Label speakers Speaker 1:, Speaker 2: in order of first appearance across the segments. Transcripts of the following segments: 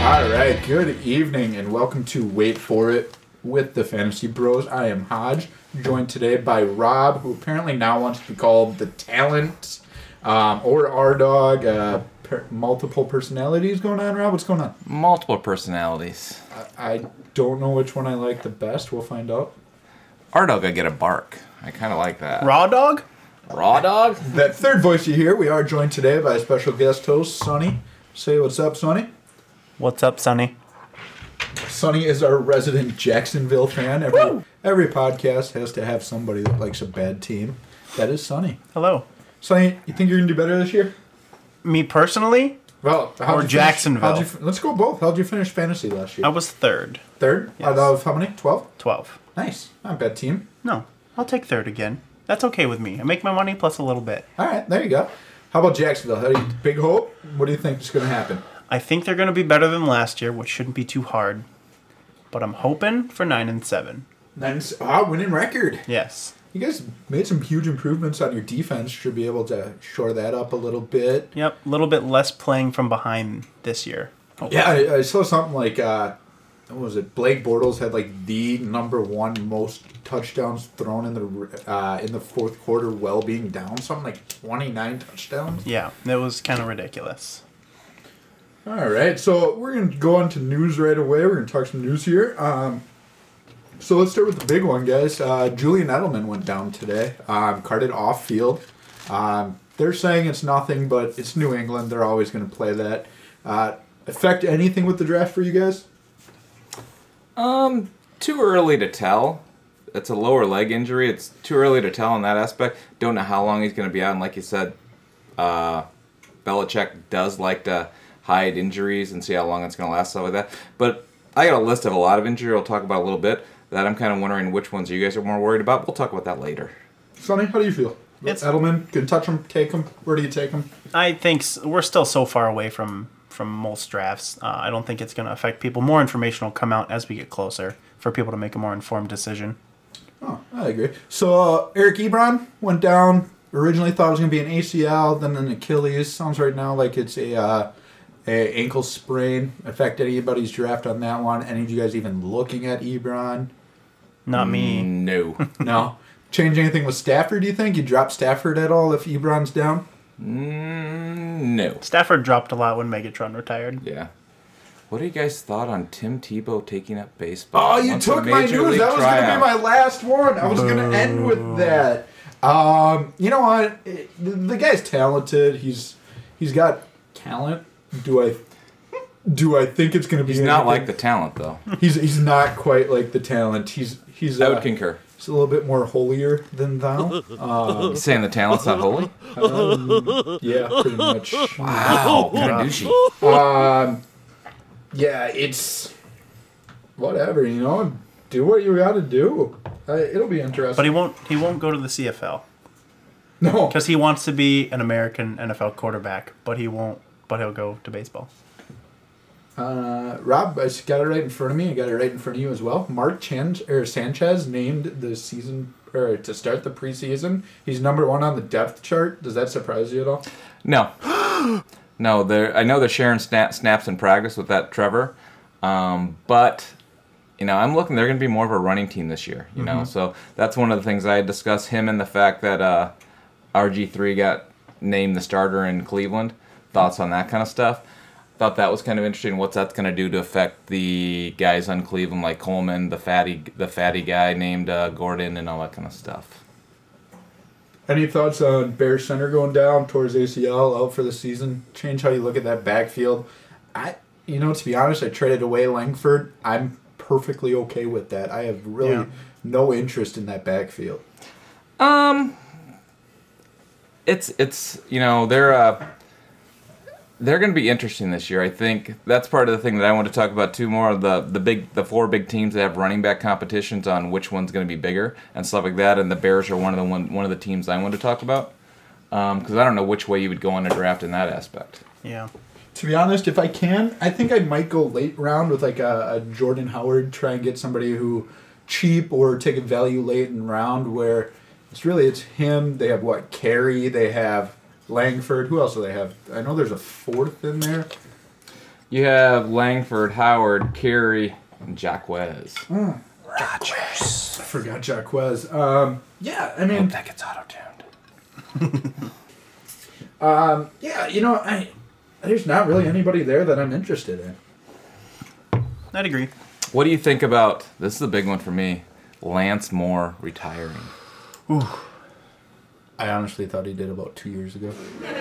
Speaker 1: right, good evening, and welcome to Wait For It with the Fantasy Bros. I am Hodge, joined today by Rob, who apparently now wants to be called the Talent um, or R Dog. Uh, per- multiple personalities going on, Rob? What's going on?
Speaker 2: Multiple personalities.
Speaker 1: I, I don't know which one I like the best. We'll find out.
Speaker 2: Our dog, I get a bark. I kind of like that.
Speaker 3: Raw dog?
Speaker 2: Raw dog?
Speaker 1: That third voice you hear, we are joined today by a special guest host, Sonny. Say what's up, Sonny.
Speaker 3: What's up, Sonny?
Speaker 1: Sonny is our resident Jacksonville fan. Every, every podcast has to have somebody that likes a bad team. That is Sonny.
Speaker 3: Hello.
Speaker 1: Sonny, you think you're gonna do better this year?
Speaker 3: Me personally,
Speaker 1: Well, how'd
Speaker 3: Or
Speaker 1: you finish-
Speaker 3: Jacksonville.
Speaker 1: how'd you fin- let's go both. How'd you finish fantasy last year?
Speaker 3: I was third.
Speaker 1: Third
Speaker 3: Yes.
Speaker 1: out of how many? Twelve.
Speaker 3: 12.
Speaker 1: Nice. Not a bad team.
Speaker 3: No, I'll take third again. That's okay with me. I make my money plus a little bit.
Speaker 1: All right, there you go. How about Jacksonville? How do you, big hope. What do you think is gonna happen?
Speaker 3: I think they're going to be better than last year, which shouldn't be too hard. But I'm hoping for 9 and 7.
Speaker 1: Nine. Wow, uh, winning record.
Speaker 3: Yes.
Speaker 1: You guys made some huge improvements on your defense. Should be able to shore that up a little bit.
Speaker 3: Yep, a little bit less playing from behind this year. Oh,
Speaker 1: Yeah, I, I saw something like uh, what was it? Blake Bortles had like the number one most touchdowns thrown in the uh, in the fourth quarter while being down. Something like twenty nine touchdowns.
Speaker 3: Yeah, that was kind of ridiculous.
Speaker 1: All right, so we're gonna go on to news right away. We're gonna talk some news here. Um, so let's start with the big one, guys. Uh, Julian Edelman went down today, um, carted off field. Um, they're saying it's nothing, but it's New England. They're always gonna play that. Uh, affect anything with the draft for you guys?
Speaker 2: Too early to tell. It's a lower leg injury. It's too early to tell on that aspect. Don't know how long he's going to be out. And like you said, uh, Belichick does like to hide injuries and see how long it's going to last, stuff like that. But I got a list of a lot of injuries we'll talk about a little bit that I'm kind of wondering which ones you guys are more worried about. We'll talk about that later.
Speaker 1: Sonny, how do you feel?
Speaker 3: It's-
Speaker 1: Edelman, can touch him, take him. Where do you take him?
Speaker 3: I think s- we're still so far away from from most drafts. Uh, I don't think it's going to affect people. More information will come out as we get closer for people to make a more informed decision.
Speaker 1: Oh, I agree. So uh, Eric Ebron went down. Originally thought it was gonna be an ACL, then an Achilles. Sounds right now like it's a uh, a ankle sprain. Affect anybody's draft on that one? Any of you guys even looking at Ebron?
Speaker 3: Not me.
Speaker 2: No.
Speaker 1: No. Change anything with Stafford? Do you think you drop Stafford at all if Ebron's down?
Speaker 2: Mm, no.
Speaker 3: Stafford dropped a lot when Megatron retired.
Speaker 2: Yeah. What do you guys thought on Tim Tebow taking up
Speaker 1: Oh,
Speaker 2: baseball?
Speaker 1: you
Speaker 2: Once a
Speaker 1: took my
Speaker 2: major
Speaker 1: news.
Speaker 2: league
Speaker 1: That was going to be
Speaker 2: tryout.
Speaker 1: my last one. I was going to end with that. Um, you know what? It- the- The guy's talented. He's he's got talent. Do I do I think it's going to be?
Speaker 2: He's not like
Speaker 1: anything?
Speaker 2: the talent though.
Speaker 1: He's he's not quite like the talent. He's he's
Speaker 2: I
Speaker 1: uh,
Speaker 2: would concur.
Speaker 1: he's a little bit more holier than thou. Um,
Speaker 2: You saying the talent's not holy?
Speaker 1: um, yeah, pretty much.
Speaker 2: Wow, kind of douchey.
Speaker 1: Um, yeah, it's whatever. You know, do what you got to do. Uh, it'll be interesting.
Speaker 3: But he won't he won't go to the CFL
Speaker 1: no,
Speaker 3: cuz he wants to be an American NFL quarterback, but he won't but he'll go to baseball.
Speaker 1: Uh, Rob, I just got it right in front of me. I got it right in front of you as well. Mark Chan, or Sanchez named the season or to start the preseason. He's number one on the depth chart. Does that surprise you at all?
Speaker 2: No, no. They're, I know they're sharing sna- snaps in practice with that Trevor, um, but you know I'm looking. They're going to be more of a running team this year. You know, so that's one of the things I had discussed him and the fact that uh, RG three got named the starter in Cleveland. Thoughts on that kind of stuff. Thought that was kind of interesting. What's that going to do to affect the guys on Cleveland, like Coleman, the fatty, the fatty guy named uh, Gordon, and all that kind of stuff.
Speaker 1: Any thoughts on Bear Center going down towards ACL out for the season? Change how you look at that backfield. I, you know, to be honest, I traded away Langford. I'm perfectly okay with that. I have really
Speaker 3: Yeah.
Speaker 1: no interest in that backfield.
Speaker 2: it's it's you know they're uh, they're going to be interesting this year. I think that's part of the thing that I want to talk about too. More of the the big the four big teams that have running back competitions on which one's going to be bigger and stuff like that. And the Bears are one of the one one of the teams I want to talk about because I don't know which way you would go on a draft in that aspect.
Speaker 3: Yeah.
Speaker 1: To be honest, if I can, I think I might go late round with like a, a Jordan Howard, try and get somebody who cheap or take a value late in round where it's really it's him. They have what Carey, they have Langford. Who else do they have? I know there's a fourth in there.
Speaker 2: You have Langford, Howard, Carey, and Jacquez.
Speaker 1: I forgot Jacquez. Um, yeah, I mean,
Speaker 2: That gets auto tuned.
Speaker 1: yeah, you know, I there's not really anybody there that I'm interested in.
Speaker 3: I'd agree.
Speaker 2: What do you think about this? Is a big one for me. Lance Moore retiring.
Speaker 1: I honestly thought he did about two years ago.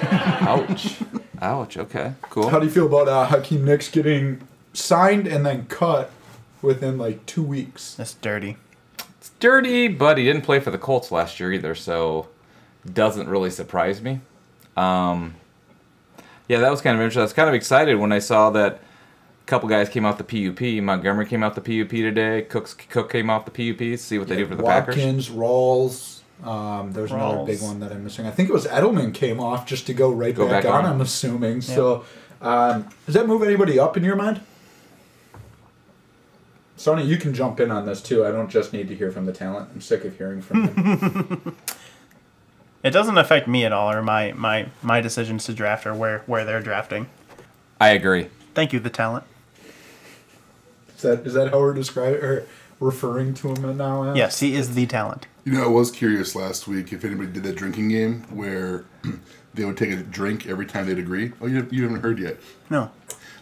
Speaker 2: Ouch. Ouch. Okay. Cool.
Speaker 1: How do you feel about uh, Hakeem Nicks getting signed and then cut within like two weeks?
Speaker 3: That's dirty.
Speaker 2: It's dirty, but he didn't play for the Colts last year either, so doesn't really surprise me. Um, yeah, that was kind of interesting. I was kind of excited when I saw that a couple guys came off the PUP. Montgomery came off the PUP today. Cooks Cook came off the PUP. See what they do for the Packers.
Speaker 1: Watkins, Rawls. Um, there's another
Speaker 3: Rawls.
Speaker 1: big one that I'm missing. I think it was Edelman came off just to go right
Speaker 2: Go
Speaker 1: back,
Speaker 2: back
Speaker 1: on,
Speaker 2: on.
Speaker 1: I'm assuming. So, um, does that move anybody up in your mind? Sonny, you can jump in on this too. I don't just need to hear from the talent. I'm sick of hearing from them.
Speaker 3: It doesn't affect me at all, or my my my decisions to draft or where where they're drafting.
Speaker 2: I agree.
Speaker 3: Thank you, the talent.
Speaker 1: is that is that how we're describing or referring to him now? As?
Speaker 3: Yes, he is the talent.
Speaker 4: You know, I was curious last week if anybody did that drinking game where they would take a drink every time they'd agree. Oh, you, you haven't heard yet.
Speaker 3: No,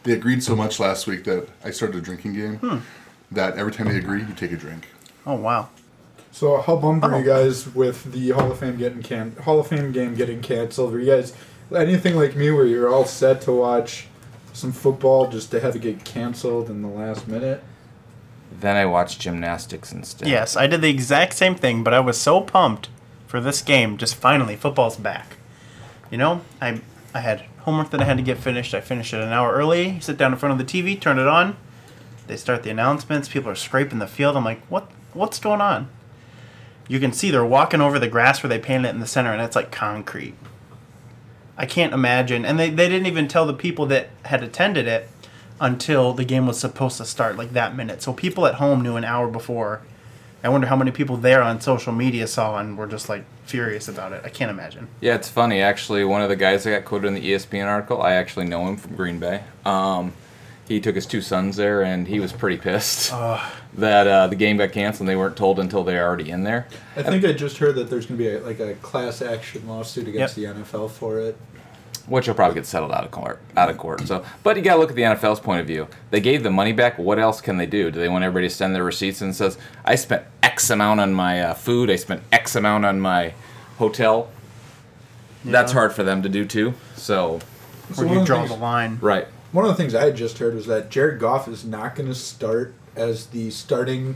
Speaker 4: They agreed so much last week that I started a drinking game that every time they agree, you take a drink.
Speaker 3: oh wow,
Speaker 1: So how bummed are
Speaker 3: Oh.
Speaker 1: you guys with the Hall of Fame getting can Hall of Fame game getting canceled? Are you guys anything like me where you're all set to watch some football just to have it get canceled in the last minute?
Speaker 2: Then I watched gymnastics instead.
Speaker 3: Yes, I did the exact same thing, but I was so pumped for this game. Just finally, football's back. You know, I I had homework that I had to get finished. I finished it an hour early. Sit down in front of the TV, turn it on. They start the announcements. People are scraping the field. I'm like, what? What's going on? You can see they're walking over the grass where they painted it in the center, and it's like concrete. I can't imagine. And they, they didn't even tell the people that had attended it until the game was supposed to start, like that minute. So people at home knew an hour before. I wonder how many people there on social media saw and were just like furious about it. I can't imagine.
Speaker 2: Yeah, it's funny. Actually, one of the guys that got quoted in the E ESPN article, I actually know him from Green Bay. Um, he took his two sons there, and he was pretty pissed that uh, the game got canceled. and They weren't told until they were already in there.
Speaker 1: I think I just heard that there's going to be a, like a class action lawsuit against the NFL for it.
Speaker 2: which will probably get settled out of court. Out of court. So, but you got to look at the NFL's point of view. They gave the money back. What else can they do? Do they want everybody to send their receipts and says, "I spent X amount on my uh, food. I spent X amount on my hotel." That's hard for them to do too. So,
Speaker 1: So one
Speaker 3: Where do you
Speaker 1: of the
Speaker 3: draw
Speaker 1: things-
Speaker 3: the line?
Speaker 2: right.
Speaker 1: One of the things I had just heard was that Jared Goff is not going to start as the starting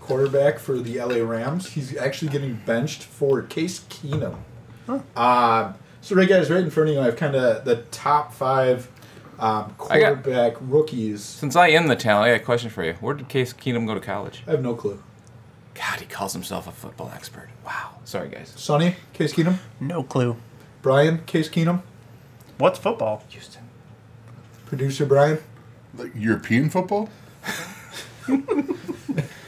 Speaker 1: quarterback for the LA Rams. He's actually getting benched for Case Keenum. Um, so, right guys, right in front of you, I have kind of the top five um,
Speaker 2: I got-
Speaker 1: quarterback rookies.
Speaker 2: Since I am the talent, I got a question for you. Where did Case Keenum go to college?
Speaker 1: I have no clue.
Speaker 2: God, he calls himself a football expert. Wow. Sorry, guys.
Speaker 1: Sonny, Case Keenum.
Speaker 3: No clue.
Speaker 1: Brian, Case Keenum.
Speaker 3: What's football?
Speaker 2: Houston.
Speaker 1: Producer Brian.
Speaker 4: Like European football?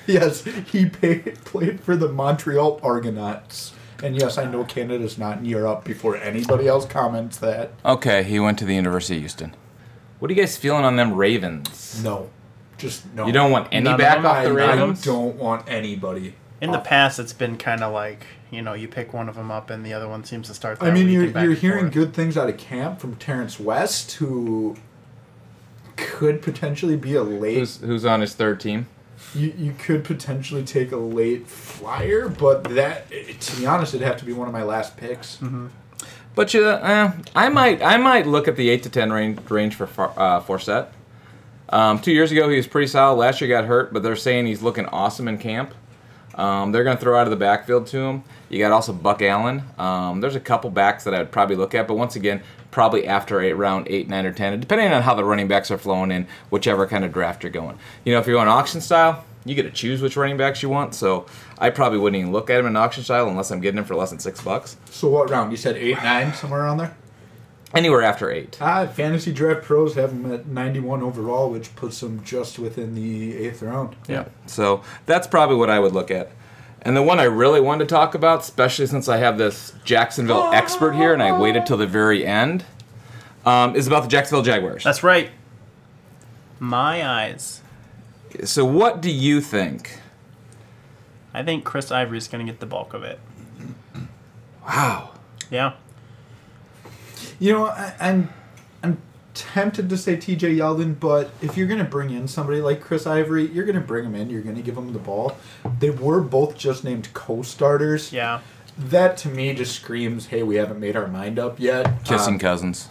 Speaker 1: Yes, he paid, played for the Montreal Argonauts. And yes, I know Canada's not in Europe before anybody else comments that.
Speaker 2: Okay, he went to the University of Houston. What are you guys feeling on them Ravens?
Speaker 1: No. Just no.
Speaker 2: You don't want any
Speaker 3: None of
Speaker 2: back
Speaker 3: them?
Speaker 2: off
Speaker 1: I,
Speaker 2: the
Speaker 1: I
Speaker 2: Ravens?
Speaker 1: don't want anybody. Uh,
Speaker 3: In the past, it's been kind of like you know you pick one of them up and the other one seems to start.
Speaker 1: I
Speaker 3: that
Speaker 1: mean,
Speaker 3: week
Speaker 1: you're
Speaker 3: and back
Speaker 1: you're
Speaker 3: and
Speaker 1: hearing
Speaker 3: forth.
Speaker 1: good things out of camp from Terrence West, who could potentially be a late.
Speaker 2: Who's who's on his third team?
Speaker 1: You, you could potentially take a late flyer, but that, to be honest, it'd have to be one of my last picks.
Speaker 3: Mm-hmm.
Speaker 2: But you, uh, I might, I might look at the eight to ten range, range for Far- uh, Forsett. Um, two years ago, he was pretty solid. Last year, he got hurt, but they're saying he's looking awesome in camp. Um, they're going to throw out of the backfield to him. You got also Buck Allen. Um, there's a couple backs that I would probably look at, but once again, probably after eight, round eight, nine, or ten, depending on how the running backs are flowing in, whichever kind of draft you're going. You know, if you're going auction style, you get to choose which running backs you want. So I probably wouldn't even look at him in auction style unless I'm getting him for less than six bucks.
Speaker 1: So what round? You said eight, nine, somewhere around there.
Speaker 2: Anywhere after eight.
Speaker 3: Uh,
Speaker 1: Ah, fantasy draft pros have him at 91 overall, which puts him just within the eighth round.
Speaker 2: Yeah. So that's probably what I would look at. And the one I really wanted to talk about, especially since I have this Jacksonville expert here and I waited till the very end, um, is about the Jacksonville Jaguars.
Speaker 3: That's right. My eyes.
Speaker 2: So what do you think?
Speaker 3: I think Chris Ivory's going to get the bulk of it.
Speaker 2: Wow.
Speaker 3: Yeah.
Speaker 1: You know, I, I'm I'm tempted to say T.J. Yeldon, but if you're going to bring in somebody like Chris Ivory, you're going to bring him in. You're going to give him the ball. They were both just named co-starters.
Speaker 3: Yeah.
Speaker 1: That to me just screams, "Hey, we haven't made our mind up yet."
Speaker 2: Kissing cousins.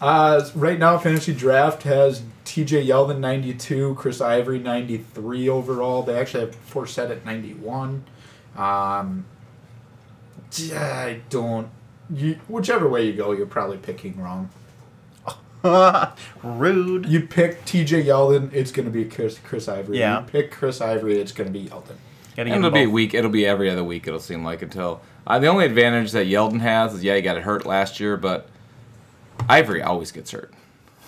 Speaker 1: Uh, right now, fantasy draft has T.J. Yeldon 92, Chris Ivory 93 overall. They actually have Forsett at 91. Um, d- I don't. You, whichever way you go, you're probably picking wrong.
Speaker 3: Rude.
Speaker 1: You pick T.J. Yeldon, it's going to be Chris, Chris Ivory.
Speaker 3: Yeah.
Speaker 1: You pick Chris Ivory, it's going to be Yeldon.
Speaker 2: And
Speaker 3: Gotta get
Speaker 2: it'll be a
Speaker 3: both.
Speaker 2: week. It'll be every other week. It'll seem like until uh, the only advantage that Yeldon has is yeah, he got hurt last year, but Ivory always gets hurt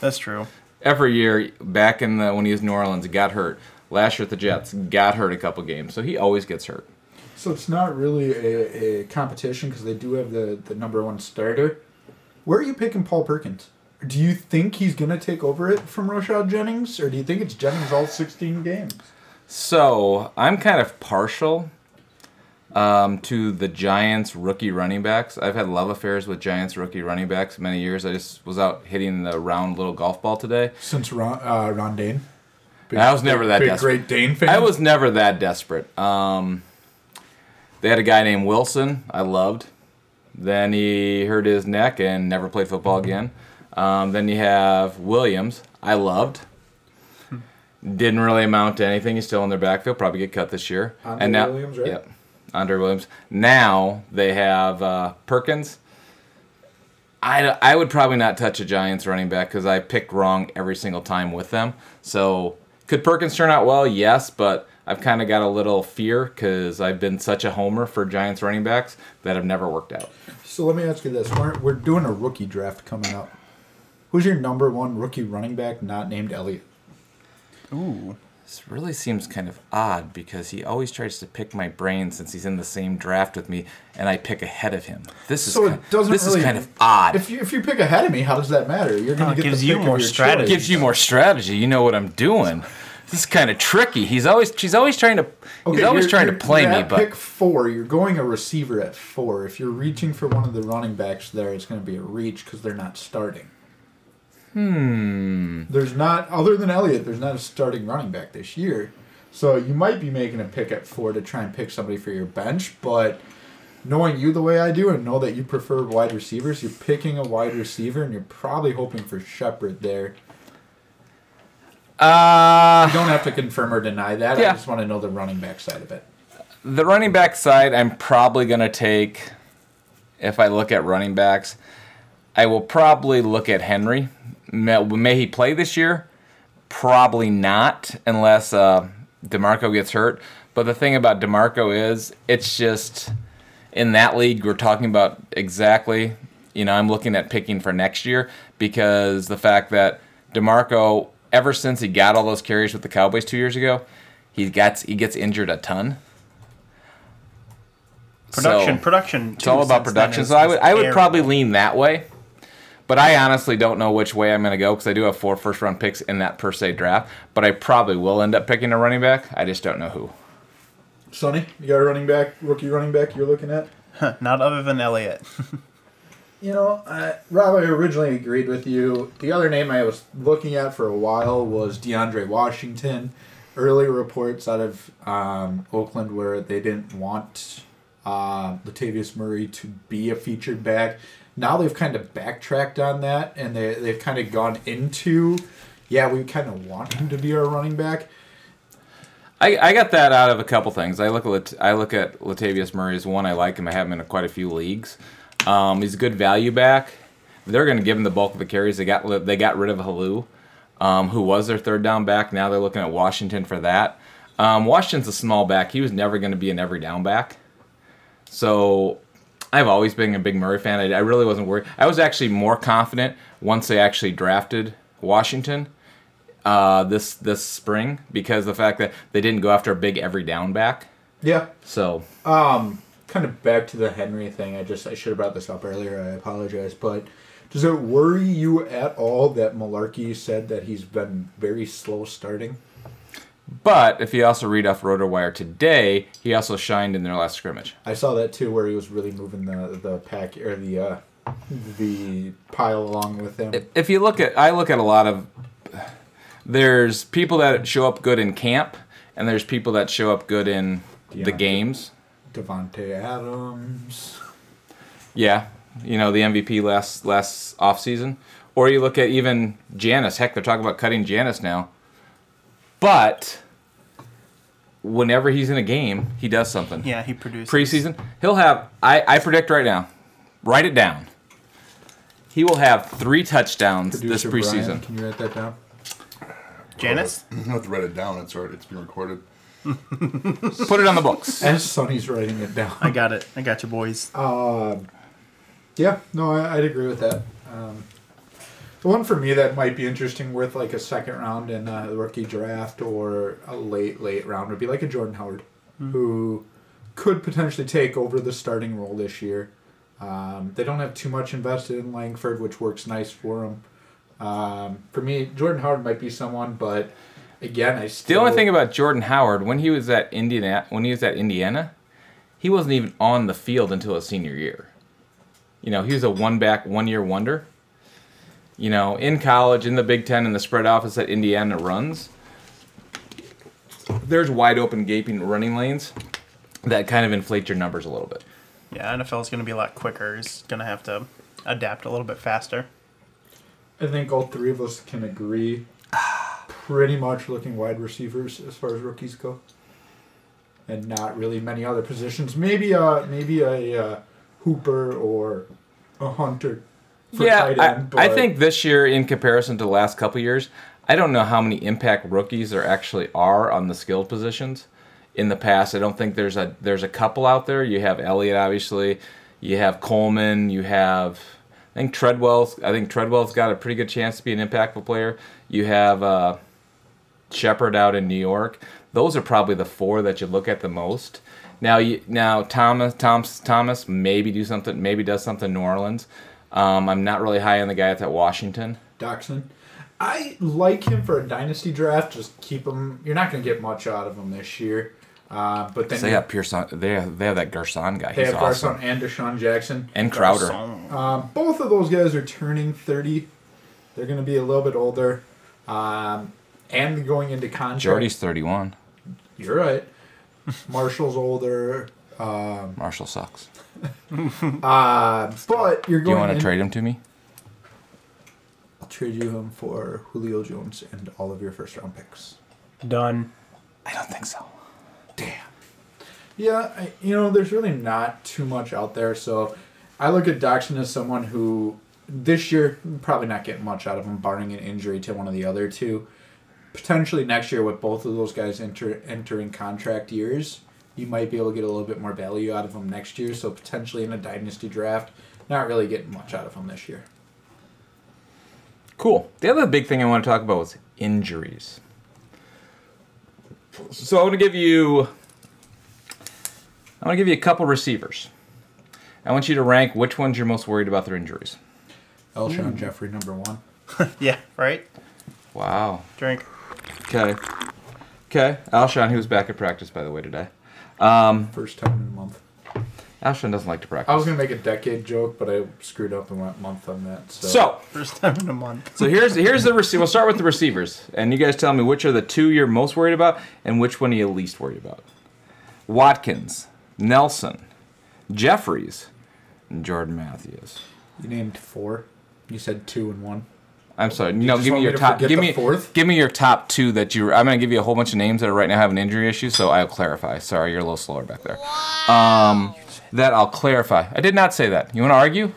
Speaker 3: That's true.
Speaker 2: every year. Back in the when he was in New Orleans, he got hurt. Last year at the Jets, got hurt a couple games, so he always gets hurt.
Speaker 1: So it's not really a, a competition because they do have the, the number one starter. Where are you picking Paul Perkins? Do you think he's going to take over it from Rochelle Jennings, or do you think it's Jennings all 16 games?
Speaker 2: So I'm kind of partial um, to the Giants rookie running backs. I've had love affairs with Giants rookie running backs many years. I just was out hitting the round little golf ball today.
Speaker 1: Since Ron, uh, Ron Dane? Big,
Speaker 2: I was never that
Speaker 1: big
Speaker 2: desperate.
Speaker 1: great Dane fan?
Speaker 2: I was never that desperate. Um, they had a guy named Wilson I loved. Then he hurt his neck and never played football
Speaker 1: Mm-hmm.
Speaker 2: again. Um, then you have Williams I loved. Didn't really amount to anything. He's still in their backfield. Probably get cut this year.
Speaker 1: Andre Williams, right?
Speaker 2: Yep. Andre Williams. Now they have uh, Perkins. I, I would probably not touch a Giants running back because I picked wrong every single time with them. So could Perkins turn out well? Yes, but I've kind of got a little fear because I've been such a homer for Giants running backs that have never worked out.
Speaker 1: So let me ask you this. We're, we're doing a rookie draft coming up. Who's your number one rookie running back not named Elliott?
Speaker 3: Ooh.
Speaker 2: This really seems kind of odd because he always tries to pick my brain since he's in the same draft with me, and I pick ahead of him. This is
Speaker 1: So
Speaker 2: kind,
Speaker 1: it doesn't
Speaker 2: this
Speaker 1: really-
Speaker 2: is kind of odd.
Speaker 1: If you, if you pick ahead of me, how does that matter? You're
Speaker 3: Oh,
Speaker 1: going
Speaker 3: it
Speaker 1: to get
Speaker 3: gives
Speaker 1: the
Speaker 3: you
Speaker 1: pick of
Speaker 3: more
Speaker 1: your
Speaker 3: strategy.
Speaker 1: choice.
Speaker 2: gives you more strategy. You know what I'm doing. This is kind of tricky. He's always she's always trying to he's
Speaker 1: Okay,
Speaker 2: always
Speaker 1: you're-
Speaker 2: trying to
Speaker 1: you're-
Speaker 2: play
Speaker 1: you're
Speaker 2: me,
Speaker 1: at
Speaker 2: but
Speaker 1: pick four, you're going a receiver at four. If you're reaching for one of the running backs there, it's going to be a reach because they're not starting. Hmm. There's not other than Elliott. There's not a starting running back this year, so you might be making a pick at four to try and pick somebody for your bench. But knowing you the way I do, and know that you prefer wide receivers, you're picking a wide receiver, and you're probably hoping for Shepard there.
Speaker 2: uh,
Speaker 1: You don't have to confirm or deny that. I
Speaker 2: Yeah.
Speaker 1: just want to know the running back side of it.
Speaker 2: the running back side, I'm probably gonna take. If I look at running backs, I will probably look at Henry. May, may he play this year? Probably not, unless uh, Demarco gets hurt. But the thing about Demarco is, it's just in that league we're talking about exactly. You know, I'm looking at picking for next year because the fact that Demarco, ever since he got all those carries with the Cowboys two years ago, he gets he gets injured a ton. So-
Speaker 3: Production. production.
Speaker 2: it's all about production. So I would I would probably lean that way. But I honestly don't know which way I'm going to go because I do have four first round picks in that per se draft. But I probably will end up picking a running back. I just don't know who.
Speaker 1: Sonny, you got a running back, rookie running back you're looking at?
Speaker 3: Not other than Elliot.
Speaker 1: You know, uh, Rob, I originally agreed with you. The other name I was looking at for a while was DeAndre Washington. Early reports out of um, Oakland where they didn't want uh, Latavius Murray to be a featured back. Now they've kind of backtracked on that and they, they've kind of gone into, yeah, we kind of want him to be our running back.
Speaker 2: I, I got that out of a couple things. I look at Lat- I look at Latavius Murray as one I like him. I have him in quite a few leagues. Um, he's a good value back. They're going to give him the bulk of the carries. They got li- they got rid of Halu, um, who was their third down back. Now they're looking at Washington for that. Um, Washington's a small back. He was never going to be an every down back. So I've always been a big Murray fan. I, I really wasn't worried. I was actually more confident once they actually drafted Washington uh, this this spring because the fact that they didn't go after a big every down back.
Speaker 1: Yeah,
Speaker 2: So
Speaker 1: kind of back to the Henry thing. I just I should have brought this up earlier. I apologize, but Does it worry you at all that Malarkey said that he's been very slow starting?
Speaker 2: But if you also read off RotoWire today, he also shined in their last scrimmage.
Speaker 1: I saw that too, where he was really moving the the pack or the uh, the pile along with him.
Speaker 2: If you look at, I look at a lot of. There's people that show up good in camp, and there's people that show up good in the
Speaker 1: Yeah.
Speaker 2: games.
Speaker 1: Devonte Adams.
Speaker 2: Yeah, you know the MVP last last offseason. Or you look at even Janice. Heck, they're talking about cutting Janice now. But whenever he's in a game, he does something.
Speaker 3: Yeah, he produced.
Speaker 2: Preseason, he'll have. I I predict right now. Write it down. He will have three touchdowns
Speaker 1: Producer
Speaker 2: this preseason.
Speaker 1: Brian, can you write that down?
Speaker 3: Janice?
Speaker 4: Mm-hmm. I have to write it down. It's already it's been recorded.
Speaker 2: Put it on the books.
Speaker 1: And Sonny's writing it down.
Speaker 3: I got it. I got you, boys.
Speaker 1: Yeah, no, I, I'd agree with that. Um, the one for me that might be interesting, worth like a second round in a rookie draft or a late, late round, would be like a Jordan Howard, who could potentially take over the starting role this year. Um, they don't have too much invested in Langford, which works nice for them. Um, for me, Jordan Howard might be someone, but again, I
Speaker 2: The
Speaker 1: still.
Speaker 2: only thing about Jordan Howard when he was at Indiana, when he was at Indiana, he wasn't even on the field until his senior year. You know, he was a one back, one year wonder. You know, in college, in the Big Ten, in the spread office that Indiana runs, there's wide open, gaping running lanes that kind of inflate your numbers a little bit.
Speaker 3: Yeah, NFL is going to be a lot quicker. He's going to have to adapt a little bit faster.
Speaker 1: I think all three of us can agree pretty much looking wide receivers as far as rookies go. And not really many other positions. Maybe a maybe a uh, Hooper or a Hunter.
Speaker 2: yeah,
Speaker 1: tight
Speaker 2: I,
Speaker 1: end,
Speaker 2: I
Speaker 1: but-
Speaker 2: think this year, in comparison to the last couple years, I don't know how many impact rookies there actually are on the skilled positions. In the past, I don't think there's a there's a couple out there. You have Elliott, obviously. You have Coleman. You have I think Treadwell's. I think Treadwell's got a pretty good chance to be an impactful player. You have uh, Shepard out in New York. Those are probably the four that you look at the most. Now, you, now Thomas, Thomas, Thomas maybe do something, maybe does something in New Orleans. Um, I'm not really high on the guy that's at Washington.
Speaker 1: Doxson. I like him for a dynasty draft. Just keep him. You're not going to get much out of him this year. Uh, but then
Speaker 2: They got Pearson. They have, they have that Garcon guy.
Speaker 1: they
Speaker 2: He's
Speaker 1: have
Speaker 2: awesome.
Speaker 1: Garcon and Deshaun Jackson.
Speaker 2: And Crowder.
Speaker 3: So,
Speaker 1: Um, both of those guys are turning 30. They're going to be a little bit older. Um, and going into contract.
Speaker 2: Jordy's 31.
Speaker 1: You're right. Marshall's older. Um,
Speaker 2: Marshall sucks.
Speaker 1: uh, but you're
Speaker 2: Do you
Speaker 1: going
Speaker 2: want
Speaker 1: in-
Speaker 2: to trade him to me?
Speaker 1: I'll trade you him for Julio Jones and all of your first round picks.
Speaker 3: done.
Speaker 2: I don't think so.
Speaker 1: Yeah, I, you know, there's really not too much out there. So I look at Doxson as someone who this year probably not getting much out of him, barring an injury to one of the other two. Potentially next year, with both of those guys enter, entering contract years, you might be able to get a little bit more value out of him next year. So potentially in a dynasty draft, not really getting much out of him this year.
Speaker 2: Cool. The other big thing I want to talk about was injuries. So I want to give you I want to give you a couple receivers. I want you to rank which ones you're most worried about their injuries.
Speaker 1: Elshon Jeffrey, number one.
Speaker 3: Yeah, right?
Speaker 2: Wow.
Speaker 3: Drink.
Speaker 2: Okay. Okay. Alshon, he was back at practice by the way today.
Speaker 1: First time in a month.
Speaker 2: Alshon doesn't like to practice.
Speaker 1: I was going to make a decade joke, but I screwed up and went month on that. So,
Speaker 2: Oh, so,
Speaker 3: First time in a month.
Speaker 2: so here's here's the receiver. We'll start with the receivers, and you guys tell me which are the two you're most worried about, and which one are you least worried about. Watkins, Nelson, Jeffries, and Jordan Matthews.
Speaker 1: you named four. You said two and one.
Speaker 2: I'm sorry. No,
Speaker 1: just
Speaker 2: give me
Speaker 1: want
Speaker 2: your
Speaker 1: me to
Speaker 2: top.
Speaker 1: forget
Speaker 2: Give
Speaker 1: the
Speaker 2: me
Speaker 1: fourth?
Speaker 2: Give me your top two that you. I'm gonna give you a whole bunch of names that right now have an injury issue, so I'll clarify. Sorry, you're a little slower back there. Um, that I'll clarify. I did not say that. You want to argue?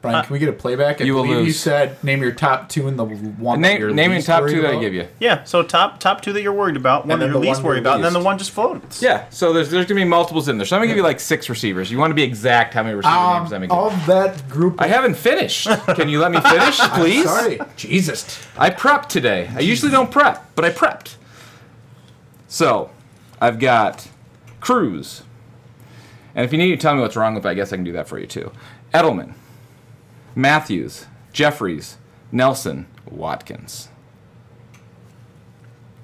Speaker 1: Brian,
Speaker 3: Uh,
Speaker 1: can we get a playback? I
Speaker 2: you will
Speaker 1: believe you
Speaker 2: lose.
Speaker 1: said name your top two and the one. that you're
Speaker 2: Name, name the
Speaker 1: least
Speaker 2: top
Speaker 1: worried
Speaker 2: two that I
Speaker 1: about.
Speaker 2: give you.
Speaker 3: Yeah, so top top two that you're worried about,
Speaker 1: And
Speaker 3: one that
Speaker 1: then
Speaker 3: you're
Speaker 1: the
Speaker 3: least
Speaker 1: one
Speaker 3: worried
Speaker 1: you're
Speaker 3: about, and then the
Speaker 1: least.
Speaker 3: one just floats.
Speaker 2: Yeah. So there's there's gonna be multiples in there. So I'm gonna give you like six receivers. You want to be exact how many receiver names I'm
Speaker 1: Um,
Speaker 2: gonna give? you.
Speaker 1: of that group.
Speaker 2: I haven't finished. Can you let me finish, please?
Speaker 1: Sorry, Jesus.
Speaker 2: I prepped today. I usually don't prep, but I prepped. So, I've got Cruz. And if you need to tell me what's wrong with it, I guess I can do that for you too. Edelman, Matthews, Jeffries, Nelson, Watkins.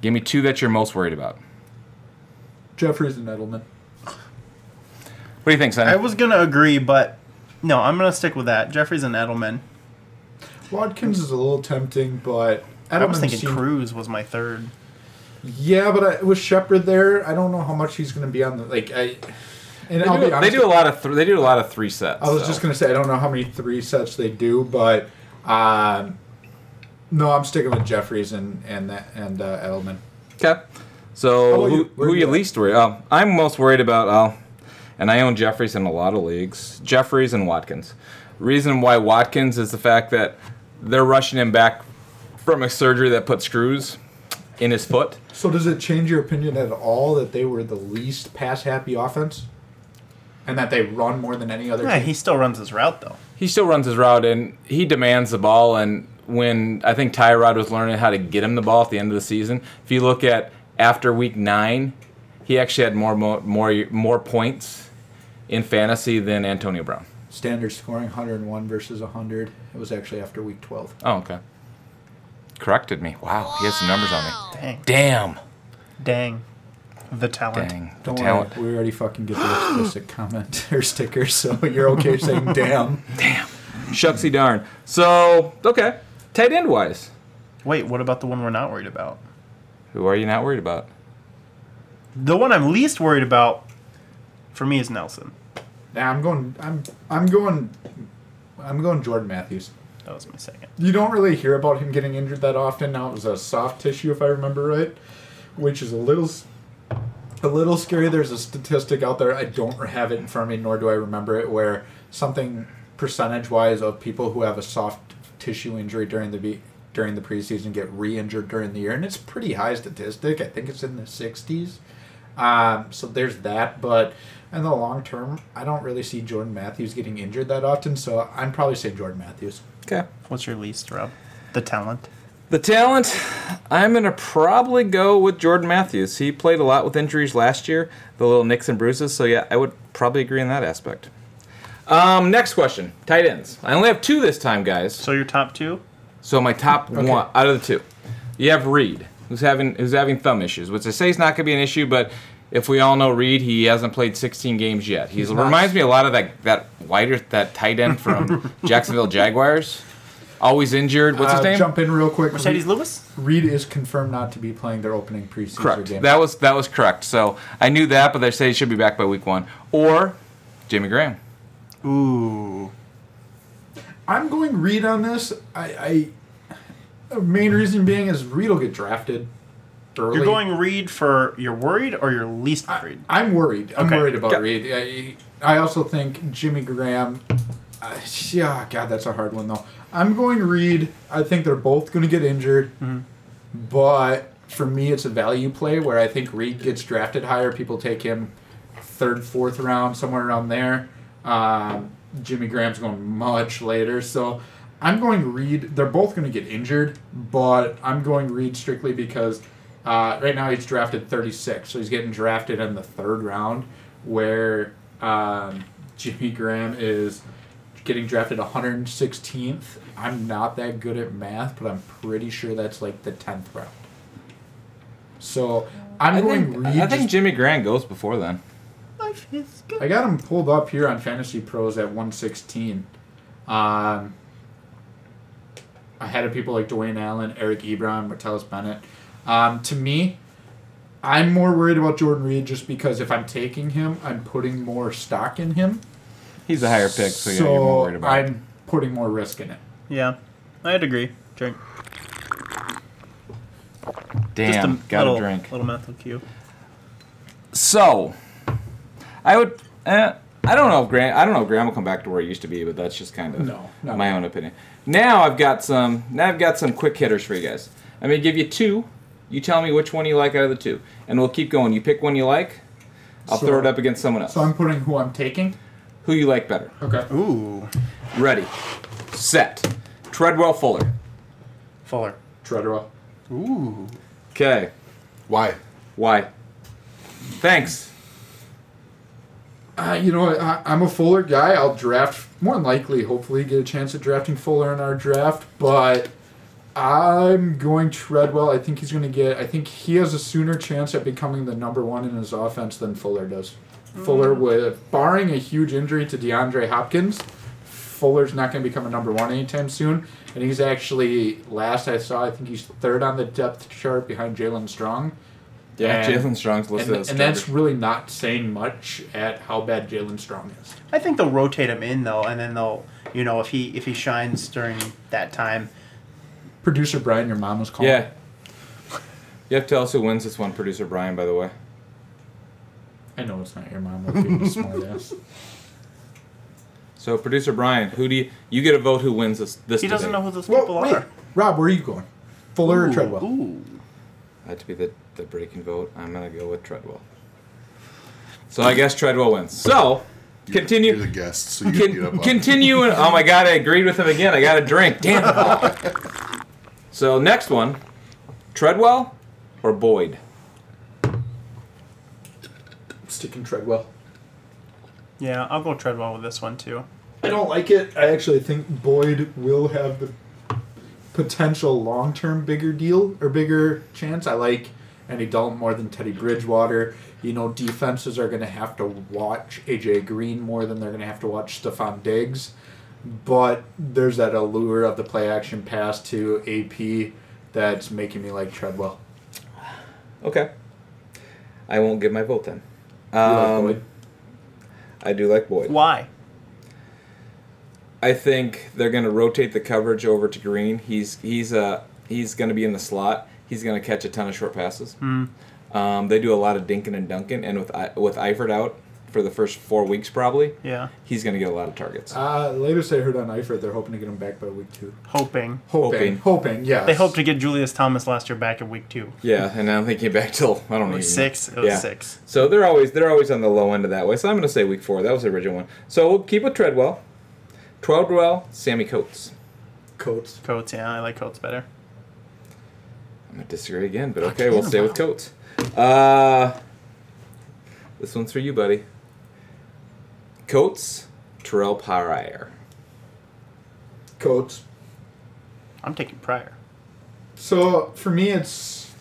Speaker 2: Give me two that you're most worried about.
Speaker 1: Jeffries and Edelman.
Speaker 2: What do you think,
Speaker 3: I
Speaker 2: Sonny?
Speaker 3: was gonna agree, but no, I'm gonna stick with that. Jeffries and Edelman.
Speaker 1: Watkins is a little tempting, but Edelman
Speaker 3: I was thinking
Speaker 1: seemed-
Speaker 3: Cruz was my third.
Speaker 1: Yeah, but I, with Shepard there, I don't know how much he's going to be on the like. I and
Speaker 2: They
Speaker 1: I'll
Speaker 2: do,
Speaker 1: be honest,
Speaker 2: they do a lot of th- they do a lot of three sets.
Speaker 1: I was
Speaker 2: so.
Speaker 1: just going to say I don't know how many three sets they do, but um, no, I'm sticking with Jeffries and and that and uh, Edelman.
Speaker 2: Okay.
Speaker 1: How
Speaker 2: So
Speaker 1: about
Speaker 2: who,
Speaker 1: you? Where
Speaker 2: who
Speaker 1: you
Speaker 2: you
Speaker 1: at?
Speaker 2: least worried? Oh, I'm most worried about. Oh, and I own Jeffries in a lot of leagues. Jeffries and Watkins. Reason why Watkins is the fact that they're rushing him back from a surgery that put screws in his foot.
Speaker 1: So does it change your opinion at all that they were the least pass happy offense, and that they run more than any other?
Speaker 3: Yeah,
Speaker 1: team?
Speaker 3: he still runs his route though.
Speaker 2: he still runs his route and he demands the ball. And when I think Tyrod was learning how to get him the ball at the end of the season, if you look at after week nine, he actually had more more more, more points in fantasy than Antonio Brown.
Speaker 1: Standard scoring 101 versus 100. It was actually after week 12.
Speaker 2: Oh, okay. Corrected me. Wow, he has some numbers on me.
Speaker 3: Dang,
Speaker 2: Damn.
Speaker 3: dang, the talent.
Speaker 2: Dang. The
Speaker 1: Don't
Speaker 2: talent.
Speaker 1: worry, we already fucking get the explicit comment or sticker, so you're okay saying damn.
Speaker 2: Shucksy darn. So, okay. Tight end wise,
Speaker 3: Wait, what about the one we're not worried about?
Speaker 2: who are you not worried about?
Speaker 3: The one I'm least worried about, for me, is Nelson.
Speaker 1: Nah, I'm going. I'm I'm going. I'm going Jordan Matthews.
Speaker 3: That was my second.
Speaker 1: You don't really hear about him getting injured that often. Now it was a soft tissue, if I remember right, which is a little, s- a little scary. There's a statistic out there. I don't have it in front of me, nor do I remember it, where something percentage-wise of people who have a soft tissue injury during the be- during the preseason get re-injured during the year, and it's a pretty high statistic. I think it's in the 60s. Um, so there's that, but in the long term, I don't really see Jordan Matthews getting injured that often. So I'm probably saying Jordan Matthews.
Speaker 2: Okay.
Speaker 3: What's your least, Rob? The talent.
Speaker 2: The talent, I'm going to probably go with Jordan Matthews. He played a lot with injuries last year, the little nicks and bruises. So, yeah, I would probably agree in that aspect. Um, next question tight ends. I only have two this time, guys.
Speaker 3: So your top two?
Speaker 2: So, my top one out of the two. You have Reed, who's having, who's having thumb issues, which I say is not going to be an issue, but if we all know Reed, he hasn't played 16 games yet. He reminds me a lot of that, that wider, that tight end from Jacksonville Jaguars. Always injured. What's his
Speaker 1: Uh,
Speaker 2: name?
Speaker 1: Jump in real quick.
Speaker 3: Mercedes Lewis.
Speaker 1: Reed is confirmed not to be playing their opening preseason
Speaker 2: Correct.
Speaker 1: game.
Speaker 2: That was that was correct. So I knew that, but they say he should be back by week one. Or Jimmy Graham.
Speaker 3: Ooh.
Speaker 1: I'm going Reed on this. I, I the main reason being is Reed will get drafted early.
Speaker 3: You're going Reed for you're worried or you're least worried.
Speaker 1: I'm worried. I'm
Speaker 3: Okay.
Speaker 1: worried about
Speaker 2: Got-
Speaker 1: Reed. I, I also think Jimmy Graham. Uh, yeah, God, that's a hard one though. I'm going Reed. I think they're both going to get injured,
Speaker 3: Mm-hmm.
Speaker 1: but for me, it's a value play where I think Reed gets drafted higher. People take him third, fourth round, somewhere around there. Um, Jimmy Graham's going much later, so I'm going Reed. They're both going to get injured, but I'm going Reed strictly because uh, right now he's drafted 36, so he's getting drafted in the third round, where um, Jimmy Graham is getting drafted 116th. I'm not that good at math, but I'm pretty sure that's like the 10th round. So I'm
Speaker 2: I
Speaker 1: going
Speaker 2: think,
Speaker 1: Reed.
Speaker 2: I think
Speaker 1: just-
Speaker 2: Jimmy Graham goes before then.
Speaker 3: Life is good.
Speaker 1: I got him pulled up here on Fantasy Pros at 116. Um, ahead of people like Dwayne Allen, Eric Ebron, Martellus Bennett. Um, to me, I'm more worried about Jordan Reed just because if I'm taking him, I'm putting more stock in him.
Speaker 2: He's a higher pick, so, yeah, you're more worried about. it.
Speaker 1: I'm putting more risk in it.
Speaker 3: Yeah, I'd agree. Drink.
Speaker 2: Damn, got
Speaker 3: little,
Speaker 2: a drink.
Speaker 3: Little mental cue.
Speaker 2: So, I would. Uh, I don't know if Graham. I don't know if Graham will come back to where he used to be, but that's just kind of
Speaker 1: No, no.
Speaker 2: my own opinion. Now I've got some. Now I've got some quick hitters for you guys. I'm gonna give you two. You tell me which one you like out of the two, and we'll keep going. You pick one you like. I'll
Speaker 1: So-
Speaker 2: throw it up against someone else.
Speaker 1: So I'm putting who I'm taking.
Speaker 2: Who you like better?
Speaker 1: Okay.
Speaker 3: Ooh.
Speaker 2: Ready, set. Treadwell Fuller.
Speaker 3: Fuller.
Speaker 1: Treadwell.
Speaker 3: Ooh.
Speaker 2: Okay.
Speaker 4: Why?
Speaker 2: Why? Thanks.
Speaker 1: Uh, you know, I, I'm a Fuller guy. I'll draft more than likely, hopefully, get a chance at drafting Fuller in our draft. But I'm going Treadwell. I think he's going to get. I think he has a sooner chance at becoming the number one in his offense than Fuller does. Fuller, with barring a huge injury to DeAndre Hopkins, Fuller's not going to become a number one anytime soon. And he's actually last I saw. I think he's third on the depth chart behind Jalen Strong.
Speaker 2: Yeah,
Speaker 1: And-
Speaker 2: Jalen Strong's listed
Speaker 1: and,
Speaker 2: as
Speaker 1: and
Speaker 2: starter.
Speaker 1: that's really not saying much at how bad Jalen Strong is.
Speaker 3: I think they'll rotate him in though, and then they'll you know if he if he shines during that time,
Speaker 1: Producer Brian, your mom was calling.
Speaker 2: yeah. You have to tell us who wins this one, producer Brian. By the way,
Speaker 1: I know it's not your mom. I'm being a smartass.
Speaker 2: so producer Brian, who do you you get a vote? Who wins this? This
Speaker 3: he doesn't know
Speaker 2: debate.
Speaker 3: who those people
Speaker 1: Well, wait,
Speaker 3: are.
Speaker 1: Rob, where are you going? Fuller or
Speaker 3: Ooh,
Speaker 1: Treadwell?
Speaker 3: ooh.
Speaker 2: That to be the the breaking vote. I'm gonna go with Treadwell. So I guess Treadwell wins. So
Speaker 4: You're-
Speaker 2: continue.
Speaker 4: You're the guest, so you can get up.
Speaker 2: Con-
Speaker 4: on it.
Speaker 2: continue. and- Oh my god, I agreed with him again. I got a drink. Damn it. all. so next one, Treadwell or Boyd?
Speaker 1: Sticking Treadwell.
Speaker 3: Yeah, I'll go Treadwell with this one too.
Speaker 1: I don't like it. I actually think Boyd will have the potential long term bigger deal or bigger chance. I like Andy Dalton more than Teddy Bridgewater. You know, defenses are going to have to watch AJ Green more than they're going to have to watch Stephon Diggs. But there's that allure of the play action pass to AP that's making me like Treadwell.
Speaker 2: Okay. I won't give my vote then.
Speaker 1: You like
Speaker 2: Um,
Speaker 1: Boyd?
Speaker 2: I do like Boyd.
Speaker 3: Why?
Speaker 2: I think they're going to rotate the coverage over to Green. He's he's uh, he's going to be in the slot. He's going to catch a ton of short passes. Um, they do a lot of dinking and dunking, and with I- with Eifert out for the first four weeks probably,
Speaker 3: Yeah,
Speaker 2: he's going to get a lot of targets.
Speaker 1: Uh, latest I heard on Eifert, they're hoping to get him back by week two.
Speaker 3: hoping
Speaker 1: Hoping,
Speaker 2: Hoping.
Speaker 1: hoping, yes.
Speaker 3: they hope to get Julius Thomas last year back in week two.
Speaker 2: yeah, and I don't think he back till I don't know
Speaker 3: Week six, it was six.
Speaker 2: So they're always they're always on the low end of that way. So I'm going to say week four. That was the original one. So we'll keep with Treadwell, Treadwell, Sammy Coates.
Speaker 1: Coats.
Speaker 3: Coats, yeah, I like Coats better.
Speaker 2: I'm gonna disagree again, but okay, we'll stay with Coates. Uh, this one's for you, buddy. Coates, Terrell Pryor.
Speaker 1: Coats.
Speaker 3: I'm taking Pryor.
Speaker 1: So for me, it's.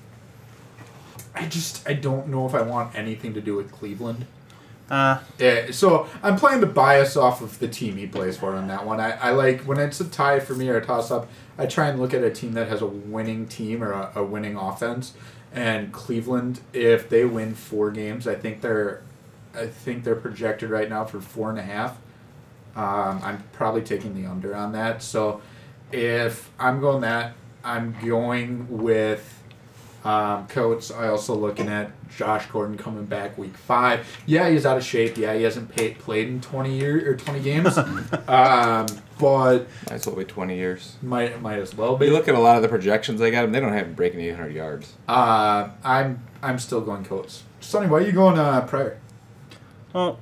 Speaker 1: I just I don't know if I want anything to do with Cleveland.
Speaker 3: Uh,
Speaker 1: Yeah, so I'm playing the bias off of the team he plays for on that one. I, I like when it's a tie for me or a toss up, I try and look at a team that has a winning team or a, a winning offense. And Cleveland, if they win four games, I think they're I think they're projected right now for four and a half. Um, I'm probably taking the under on that. So if I'm going that, I'm going with um, Coates, I also looking at Josh Gordon coming back week five. Yeah, he's out of shape. Yeah, he hasn't paid, played in twenty year or twenty games, um, but
Speaker 2: Might as well be 20 years.
Speaker 1: might might as well
Speaker 2: You
Speaker 1: be.
Speaker 2: look at a lot of the projections I got him. They don't have him breaking 800 yards.
Speaker 1: Uh, I'm I'm still going Coates. Sonny, why are you going uh, Pryor?
Speaker 3: well,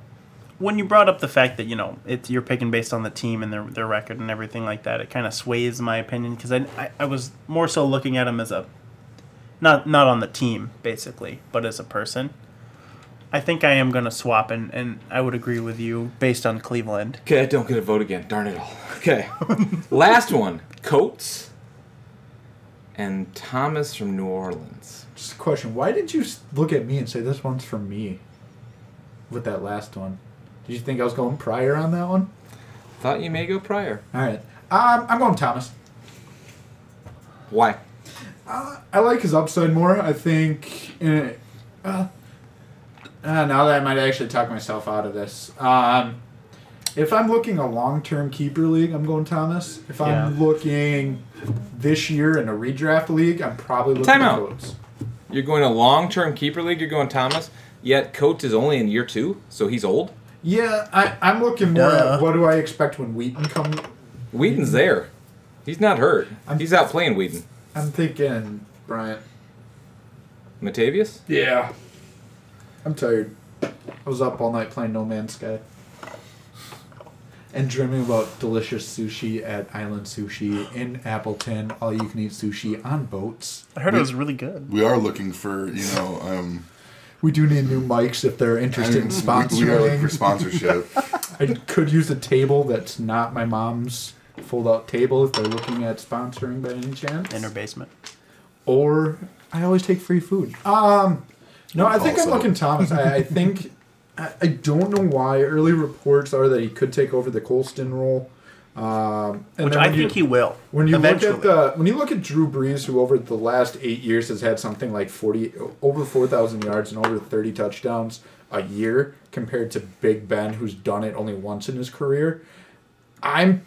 Speaker 3: when you brought up the fact that you know it's you're picking based on the team and their their record and everything like that, it kind of sways my opinion because I, I I was more so looking at him as a not not on the team basically, but as a person. I think I am gonna swap and, and I would agree with you based on Cleveland.
Speaker 2: Okay, I don't get a vote again. Darn it all. Okay. Last one Coates and Thomas from New Orleans.
Speaker 1: Just a question. Why did you s- look at me and say this one's for me? With that last one, did you think I was going Pryor on that one?
Speaker 2: Thought you may go Pryor.
Speaker 1: All right, um, I'm going Thomas.
Speaker 2: Why?
Speaker 1: I like his upside more. I think. Uh, uh, uh, now that I might actually talk myself out of this. Um, if I'm looking a long term keeper league, I'm going Thomas. If I'm
Speaker 3: Yeah.
Speaker 1: looking this year in a redraft league, I'm probably looking
Speaker 2: Time
Speaker 1: at
Speaker 2: out.
Speaker 1: Coates.
Speaker 2: You're going a long term keeper league, you're going Thomas, yet Coates is only in year two, so he's old.
Speaker 1: Yeah, I, I'm looking more
Speaker 3: Duh.
Speaker 1: at what do I expect when Wheaton comes.
Speaker 2: Whedon's there. He's not hurt.
Speaker 1: I'm-
Speaker 2: He's out playing Whedon.
Speaker 1: I'm thinking Bryant.
Speaker 2: Matavius?
Speaker 1: Yeah. I'm tired. I was up all night playing No Man's Sky. And dreaming about delicious sushi at Island Sushi in Appleton, all you can eat sushi on boats.
Speaker 3: I heard it was really good.
Speaker 4: We are looking for you know um,
Speaker 1: we do need new mics if they're
Speaker 4: I
Speaker 1: interested
Speaker 4: mean,
Speaker 1: in
Speaker 4: we, we are looking for
Speaker 1: sponsoring.
Speaker 4: sponsorship.
Speaker 1: I could use a table that's not my mom's fold-out table if they're looking at sponsoring by any chance.
Speaker 3: in her basement.
Speaker 1: or I always take free food. Um, no, I think
Speaker 4: Also.
Speaker 1: I'm looking Thomas. I, I think I, I don't know why. Early reports are that he could take over the Colston role, um, and
Speaker 3: Which
Speaker 1: then
Speaker 3: I
Speaker 1: when you-
Speaker 3: think he will.
Speaker 1: When you
Speaker 3: eventually.
Speaker 1: look at the when you look at Drew Brees, who over the last eight years has had something like forty over four thousand yards and over thirty touchdowns a year, compared to Big Ben, who's done it only once in his career, I'm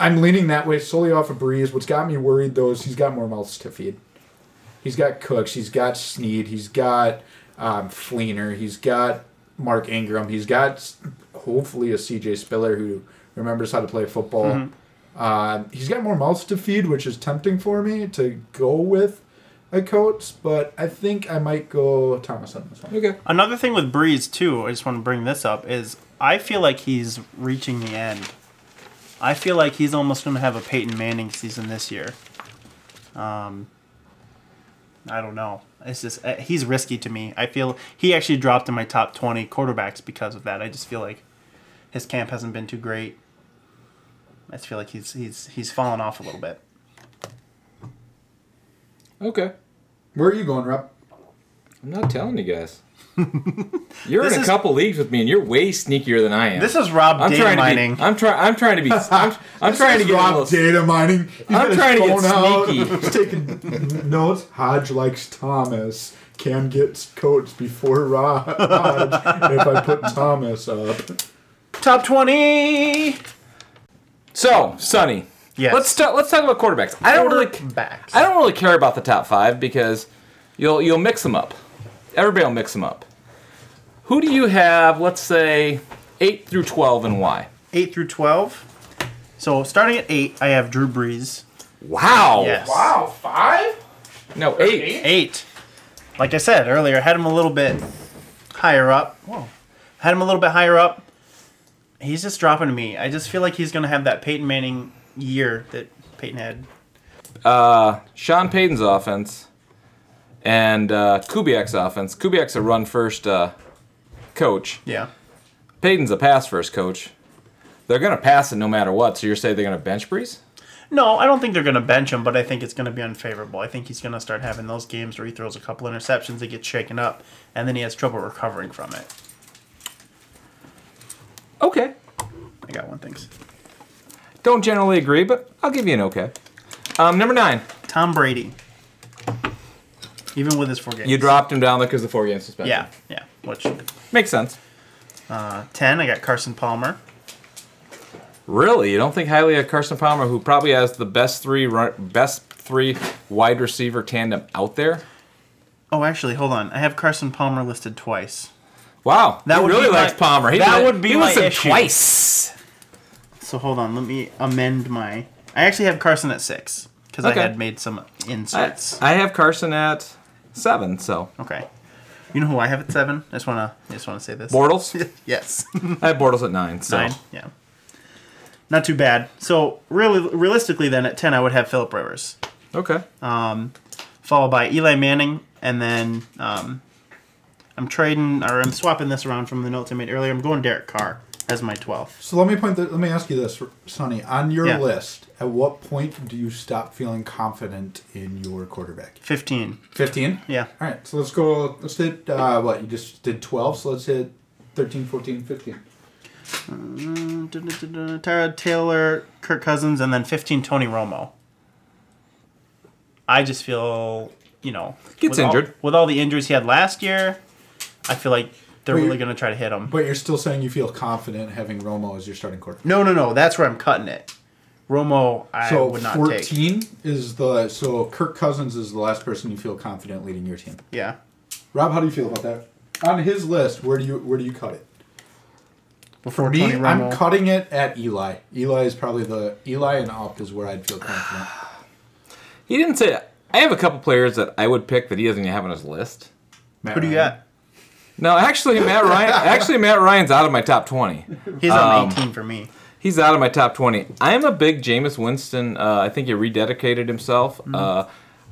Speaker 1: I'm leaning that way solely off of Brees. What's got me worried though is he's got more mouths to feed. He's got Cooks. He's got Snead. He's got um, Fleener. He's got Mark Ingram. He's got s- hopefully a CJ Spiller who remembers how to play football. Um, he's got more mouths to feed, which is tempting for me to go with a Coates, but I think I might go Thomas on this one.
Speaker 2: Okay.
Speaker 3: Another thing with Breeze too, I just want to bring this up is I feel like he's reaching the end. I feel like he's almost going to have a Peyton Manning season this year. Um, I don't know. It's just uh, he's risky to me. I feel he actually dropped in my top twenty quarterbacks because of that. I just feel like his camp hasn't been too great. I just feel like he's he's he's fallen off a little bit.
Speaker 2: Okay.
Speaker 1: Where are you going, Rob?
Speaker 2: I'm not telling you guys. You're
Speaker 3: This
Speaker 2: in a
Speaker 3: is-
Speaker 2: couple leagues with me, and you're way sneakier than I am.
Speaker 3: This is Rob
Speaker 2: I'm
Speaker 3: data
Speaker 2: trying
Speaker 3: mining.
Speaker 2: to be. I'm trying. I'm trying to be. I'm, I'm
Speaker 1: This
Speaker 2: trying to
Speaker 1: is
Speaker 2: get a
Speaker 1: Rob
Speaker 2: little.
Speaker 1: data mining. He's
Speaker 2: I'm
Speaker 1: got his
Speaker 2: trying to get
Speaker 1: phone out.
Speaker 2: sneaky.
Speaker 1: He's taking notes. Hodge likes Thomas. Cam gets Coates before Rod. Hodge if I put Thomas up.
Speaker 3: top twenty.
Speaker 2: So, Sonny.
Speaker 3: Yes.
Speaker 2: Let's talk. Let's talk about quarterbacks. I don't really.
Speaker 3: Quarterbacks.
Speaker 2: I don't really care about the top five because you'll you'll mix them up. Everybody will mix them up. Who do you have? Let's say eight through twelve, and why?
Speaker 3: 8 through 12. So starting at 8, I have Drew Brees.
Speaker 2: Oh, Wow.
Speaker 3: Yes.
Speaker 1: five?
Speaker 2: No, eight.
Speaker 3: 8. Like I said earlier, I had him a little bit higher up. Whoa. Had him a little bit higher up. He's just dropping to me. I just feel like he's going to have that Peyton Manning year that Peyton had.
Speaker 2: Sean Payton's offense and uh, Kubiak's offense. Kubiak's a run first uh, coach.
Speaker 3: Yeah.
Speaker 2: Payton's a pass first coach. They're gonna pass it no matter what. So you're saying they're gonna bench Breeze?
Speaker 3: No, I don't think they're going to bench him, but I think it's going to be unfavorable. I think he's going to start having those games where he throws a couple interceptions that get shaken up, and then he has trouble recovering from it.
Speaker 2: Okay.
Speaker 3: I got one thing.
Speaker 2: Don't generally agree, but I'll give you an okay. Um, number nine.
Speaker 3: Tom Brady. Even with his four games.
Speaker 2: You dropped him down there because the four game suspension.
Speaker 3: Yeah, yeah. Which
Speaker 2: Makes sense.
Speaker 3: uh, ten? I got Carson Palmer.
Speaker 2: Really, you don't think highly of Carson Palmer, who probably has the best three run, best three wide receiver tandem out there?
Speaker 3: Oh, actually, hold on. I have Carson Palmer listed twice.
Speaker 2: Wow,
Speaker 3: That
Speaker 2: he
Speaker 3: would
Speaker 2: really
Speaker 3: be my-
Speaker 2: likes Palmer. He
Speaker 3: that
Speaker 2: li-
Speaker 3: would be
Speaker 2: he
Speaker 3: my
Speaker 2: listed
Speaker 3: issue.
Speaker 2: twice.
Speaker 3: So hold on. Let me amend my. I actually have Carson at six because
Speaker 2: Okay.
Speaker 3: I had made some
Speaker 2: I,
Speaker 3: inserts.
Speaker 2: I have Carson at seven, so
Speaker 3: okay. You know who I have at seven? I just wanna. I just wanna say this.
Speaker 2: Bortles.
Speaker 3: yes.
Speaker 2: I have Bortles at nine. So
Speaker 3: Nine. Yeah. Not too bad. So really, realistically, then at ten, I would have Philip Rivers.
Speaker 2: okay,
Speaker 3: Uh. followed by Eli Manning, and then um, I'm trading or I'm swapping this around from the notes I made earlier. I'm going Derek Carr as my 12th.
Speaker 1: So let me point. The, let me ask you this, Sonny. On your
Speaker 3: Yeah.
Speaker 1: list, at what point do you stop feeling confident in your quarterback?
Speaker 3: 15.
Speaker 1: Fifteen.
Speaker 3: Yeah.
Speaker 1: All right. So let's go. Let's hit. Uh, what you just did twelve. So let's hit 13, 14, 15.
Speaker 3: Tara Taylor, Kirk Cousins, and then 15 Tony Romo. I just feel, you know,
Speaker 2: Gets
Speaker 3: with all-
Speaker 2: injured.
Speaker 3: with all the injuries he had last year, I feel like they're
Speaker 1: Wait,
Speaker 3: really
Speaker 1: you-
Speaker 3: going to try to hit him.
Speaker 1: But you're still saying you feel confident having Romo as your starting quarterback.
Speaker 3: No, no, no. That's where I'm cutting it. Romo, I
Speaker 1: So
Speaker 3: would not take.
Speaker 1: 14 is the so Kirk Cousins is the last person you feel confident leading your team.
Speaker 3: Yeah.
Speaker 1: Rob, how do you feel about that? On his list, where do you where do you cut it?
Speaker 3: Before
Speaker 1: Me,
Speaker 3: Tony
Speaker 1: I'm
Speaker 3: Romo.
Speaker 1: cutting it at Eli. Eli is probably the Eli and up is where I'd feel confident.
Speaker 2: he didn't say. I have a couple players that I would pick that he doesn't even have on his list.
Speaker 1: Matt
Speaker 3: Who do you
Speaker 1: Ryan.
Speaker 3: got?
Speaker 2: No, actually, Matt Ryan. Actually, Matt Ryan's out of my top twenty.
Speaker 3: He's on
Speaker 2: Um,
Speaker 3: 18 for me.
Speaker 2: He's out of my top 20. I am a big Jameis Winston. Uh, I think he rededicated himself. Uh,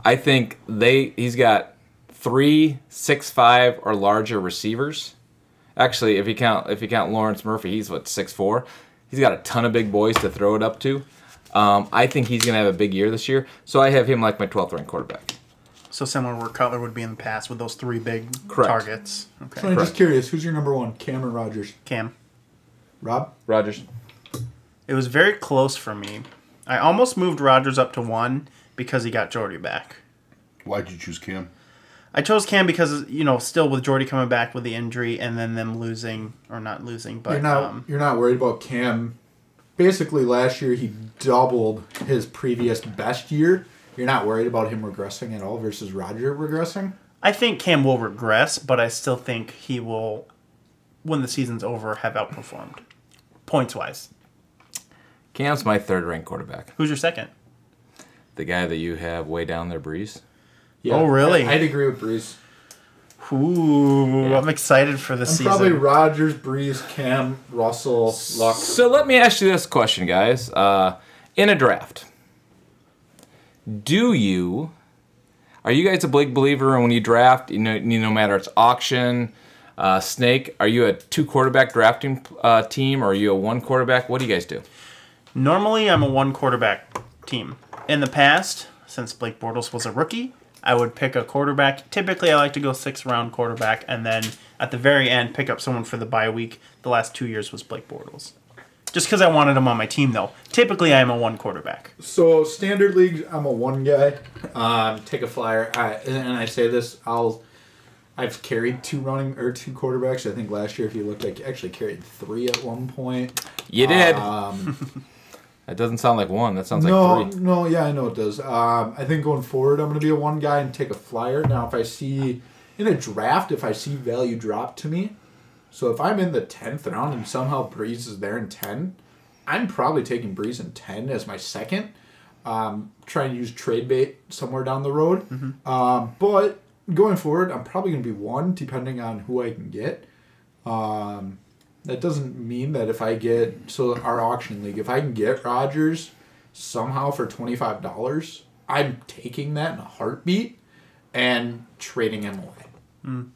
Speaker 2: I think they he's got three six five or larger receivers. Actually, if you count if you count Lawrence Murphy, he's what six four. He's got a ton of big boys to throw it up to. Um, I think he's gonna have a big year this year, so I have him like my 12th ranked quarterback.
Speaker 3: So similar where Cutler would be in the past with those three big
Speaker 2: Correct.
Speaker 3: targets. Okay.
Speaker 1: So I'm just curious, who's your number one? Cameron Rogers.
Speaker 3: Cam.
Speaker 1: Rob?
Speaker 2: Rogers.
Speaker 3: It was very close for me. I almost moved Rogers up to one because he got Jordy back.
Speaker 4: Why'd you choose Cam?
Speaker 3: I chose Cam because you know still with Jordy coming back with the injury and then them losing or not losing, but
Speaker 1: You're not
Speaker 3: um,
Speaker 1: you're not worried about Cam. Basically, last year he doubled his previous best year. You're not worried about him regressing at all versus Roger regressing.
Speaker 3: I think Cam will regress, but I still think he will, when the season's over, have outperformed points wise.
Speaker 2: Cam's my third ranked quarterback.
Speaker 3: Who's your second?
Speaker 2: The guy that you have way down there, Breeze.
Speaker 1: Yeah,
Speaker 3: Oh, really?
Speaker 1: I, would agree with Breeze.
Speaker 3: Ooh, I'm excited for the
Speaker 1: I'm
Speaker 3: season.
Speaker 1: probably Rogers, Breeze, Cam, Russell, Luck.
Speaker 2: So let me ask you this question, guys. Uh, in a draft, do you are you guys a big believer in when you draft? You know, you no matter it's auction, uh, snake. Are you a two quarterback drafting uh, team or are you a one quarterback? What do you guys do?
Speaker 3: Normally, I'm a one quarterback team. In the past, since Blake Bortles was a rookie, I would pick a quarterback. Typically, I like to go six round quarterback, and then at the very end, pick up someone for the bye week. The last two years was Blake Bortles. Just because I wanted him on my team, though. Typically, I am a one quarterback.
Speaker 1: So standard leagues, I'm a one guy. Um, take a flyer, I, and I say this: I'll, I've carried two running or two quarterbacks. I think last year, if you looked, like actually carried three at one point.
Speaker 2: You did.
Speaker 1: Um,
Speaker 2: that doesn't sound like one. That sounds
Speaker 1: no,
Speaker 2: like three.
Speaker 1: no, yeah, I know it does. Um, I think going forward, I'm going to be a one guy and take a flyer. Now, if I see in a draft, if I see value drop to me, so if I'm in the tenth round and somehow Breeze is there in ten, I'm probably taking Breeze in ten as my second. Um, try and use trade bait somewhere down the road. Um, but going forward, I'm probably going to be one, depending on who I can get. Um, that doesn't mean that if I get so our auction league, if I can get Rogers somehow for twenty five dollars, I'm taking that in a heartbeat and trading him away.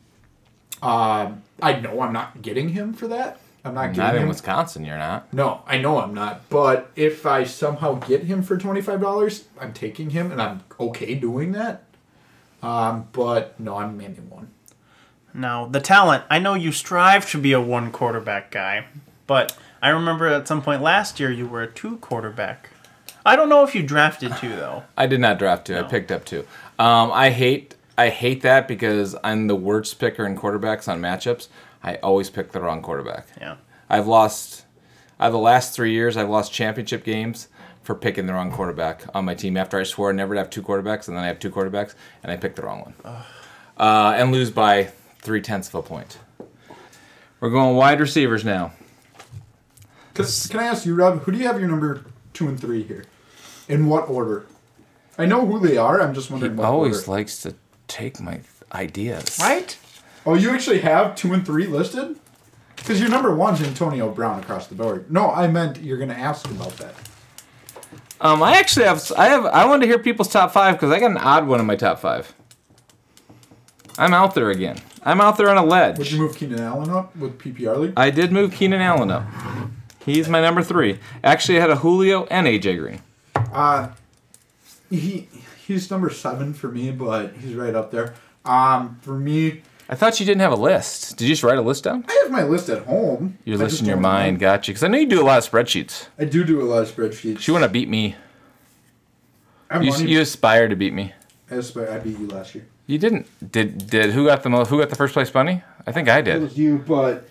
Speaker 1: Um, I know I'm not getting him for that. I'm not
Speaker 2: Not
Speaker 1: getting
Speaker 2: in
Speaker 1: him.
Speaker 2: Wisconsin. You're not.
Speaker 1: No, I know I'm not. But if I somehow get him for twenty five dollars, I'm taking him, and I'm okay doing that. Um, but no, I'm mainly one.
Speaker 3: Now, the talent, I know you strive to be a one quarterback guy, but I remember at some point last year you were a two quarterback. I don't know if you drafted two, though.
Speaker 2: I did not draft two. I picked up two. Um, I hate I hate that because I'm the worst picker in quarterbacks on matchups. I always pick the wrong quarterback.
Speaker 3: Yeah.
Speaker 2: I've lost. I the last three years I've lost championship games for picking the wrong quarterback on my team. After I swore never to have two quarterbacks, and then I have two quarterbacks, and I picked the wrong one, uh, and lose by three tenths of a point. We're going wide receivers now.
Speaker 1: Can, can I ask you, Rob, who do you have your number two and three here? In what order? I know who they are. I'm just
Speaker 2: He
Speaker 1: wondering what
Speaker 2: always
Speaker 1: order.
Speaker 2: likes to take my th- ideas.
Speaker 3: Right?
Speaker 1: oh, you actually have two and three listed? Because your number one's Antonio Brown across the board. No, I meant you're going to ask about that.
Speaker 2: Um, I actually have. I have. I wanted to hear people's top five because I got an odd one in my top five. I'm out there again. I'm out there on a
Speaker 1: Would
Speaker 2: ledge.
Speaker 1: you move Keenan Allen up with PPR league?
Speaker 2: I did move Keenan Allen up. He's my number three. Actually, I had a Julio and AJ Green.
Speaker 1: Uh, he he's number seven for me, but he's right up there. Um, for me,
Speaker 2: I thought you didn't have a list. Did you just write a list down?
Speaker 1: I have my list at home.
Speaker 2: Your
Speaker 1: I
Speaker 2: list
Speaker 1: just
Speaker 2: in your
Speaker 1: don't know.
Speaker 2: mind. Got you. Because I know you do a lot of spreadsheets.
Speaker 1: I do do a lot of spreadsheets.
Speaker 2: You want to beat me.
Speaker 1: I'm
Speaker 2: You,
Speaker 1: running-
Speaker 2: you aspire to beat me.
Speaker 1: I swear I beat you last year.
Speaker 2: You didn't. Did did who got the most? Who got the first place bunny? I think I
Speaker 1: It
Speaker 2: did.
Speaker 1: was you, but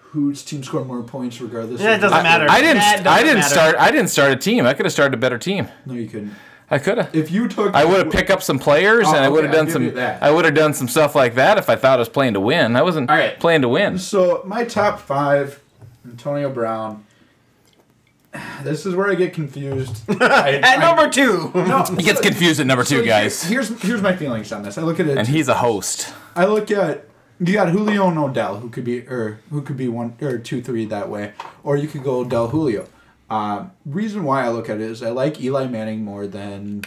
Speaker 1: whose team scored more points, regardless?
Speaker 3: Yeah, it
Speaker 1: of-
Speaker 3: doesn't matter.
Speaker 2: I didn't.
Speaker 3: That doesn't
Speaker 2: I didn't
Speaker 3: matter.
Speaker 2: start. I didn't start a team. I could have started a better team.
Speaker 1: No, you couldn't.
Speaker 2: I could have.
Speaker 1: If you took,
Speaker 2: I would have picked up some players, and
Speaker 1: Oh,
Speaker 2: I would have
Speaker 1: okay, I'll
Speaker 2: done
Speaker 1: give you
Speaker 2: some.
Speaker 1: that.
Speaker 2: I would have done some stuff like that if I thought I was playing to win. I wasn't
Speaker 1: All right.
Speaker 2: playing to win.
Speaker 1: So my top five: Antonio Brown. This is where I get confused. I,
Speaker 3: At
Speaker 1: I-
Speaker 3: number two.
Speaker 1: no,
Speaker 2: He gets confused at number
Speaker 1: so
Speaker 2: two,
Speaker 1: here-
Speaker 2: guys,
Speaker 1: Here's here's my feelings on this. I look at it.
Speaker 2: and he's a host.
Speaker 1: I look at you got Julio and Odell, who could be or who could be one or two three that way, or you could go Uh, Odell Julio. Um, reason why I look at it is I like Eli Manning more than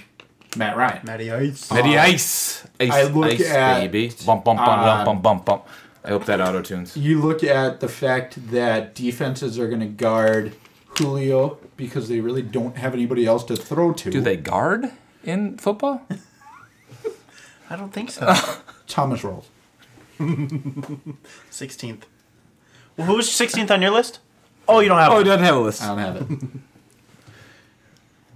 Speaker 1: Matt Ryan.
Speaker 3: Matty Ice.
Speaker 2: Matty Ice. Ice,
Speaker 1: Uh, I look
Speaker 2: ice
Speaker 1: at,
Speaker 2: baby. Bump, bump, bump,
Speaker 1: um,
Speaker 2: bump, bump, bump, bump. I hope that auto tunes.
Speaker 1: You look at the fact that defenses are going to guard Julio because they really don't have anybody else to throw to.
Speaker 2: Do they guard in football?
Speaker 3: I don't think so.
Speaker 1: Thomas rolls.
Speaker 3: 16th. Well, who's 16th on your list? Oh, you don't have
Speaker 2: Oh, it
Speaker 3: one.
Speaker 2: doesn't have a list.
Speaker 1: I don't have it.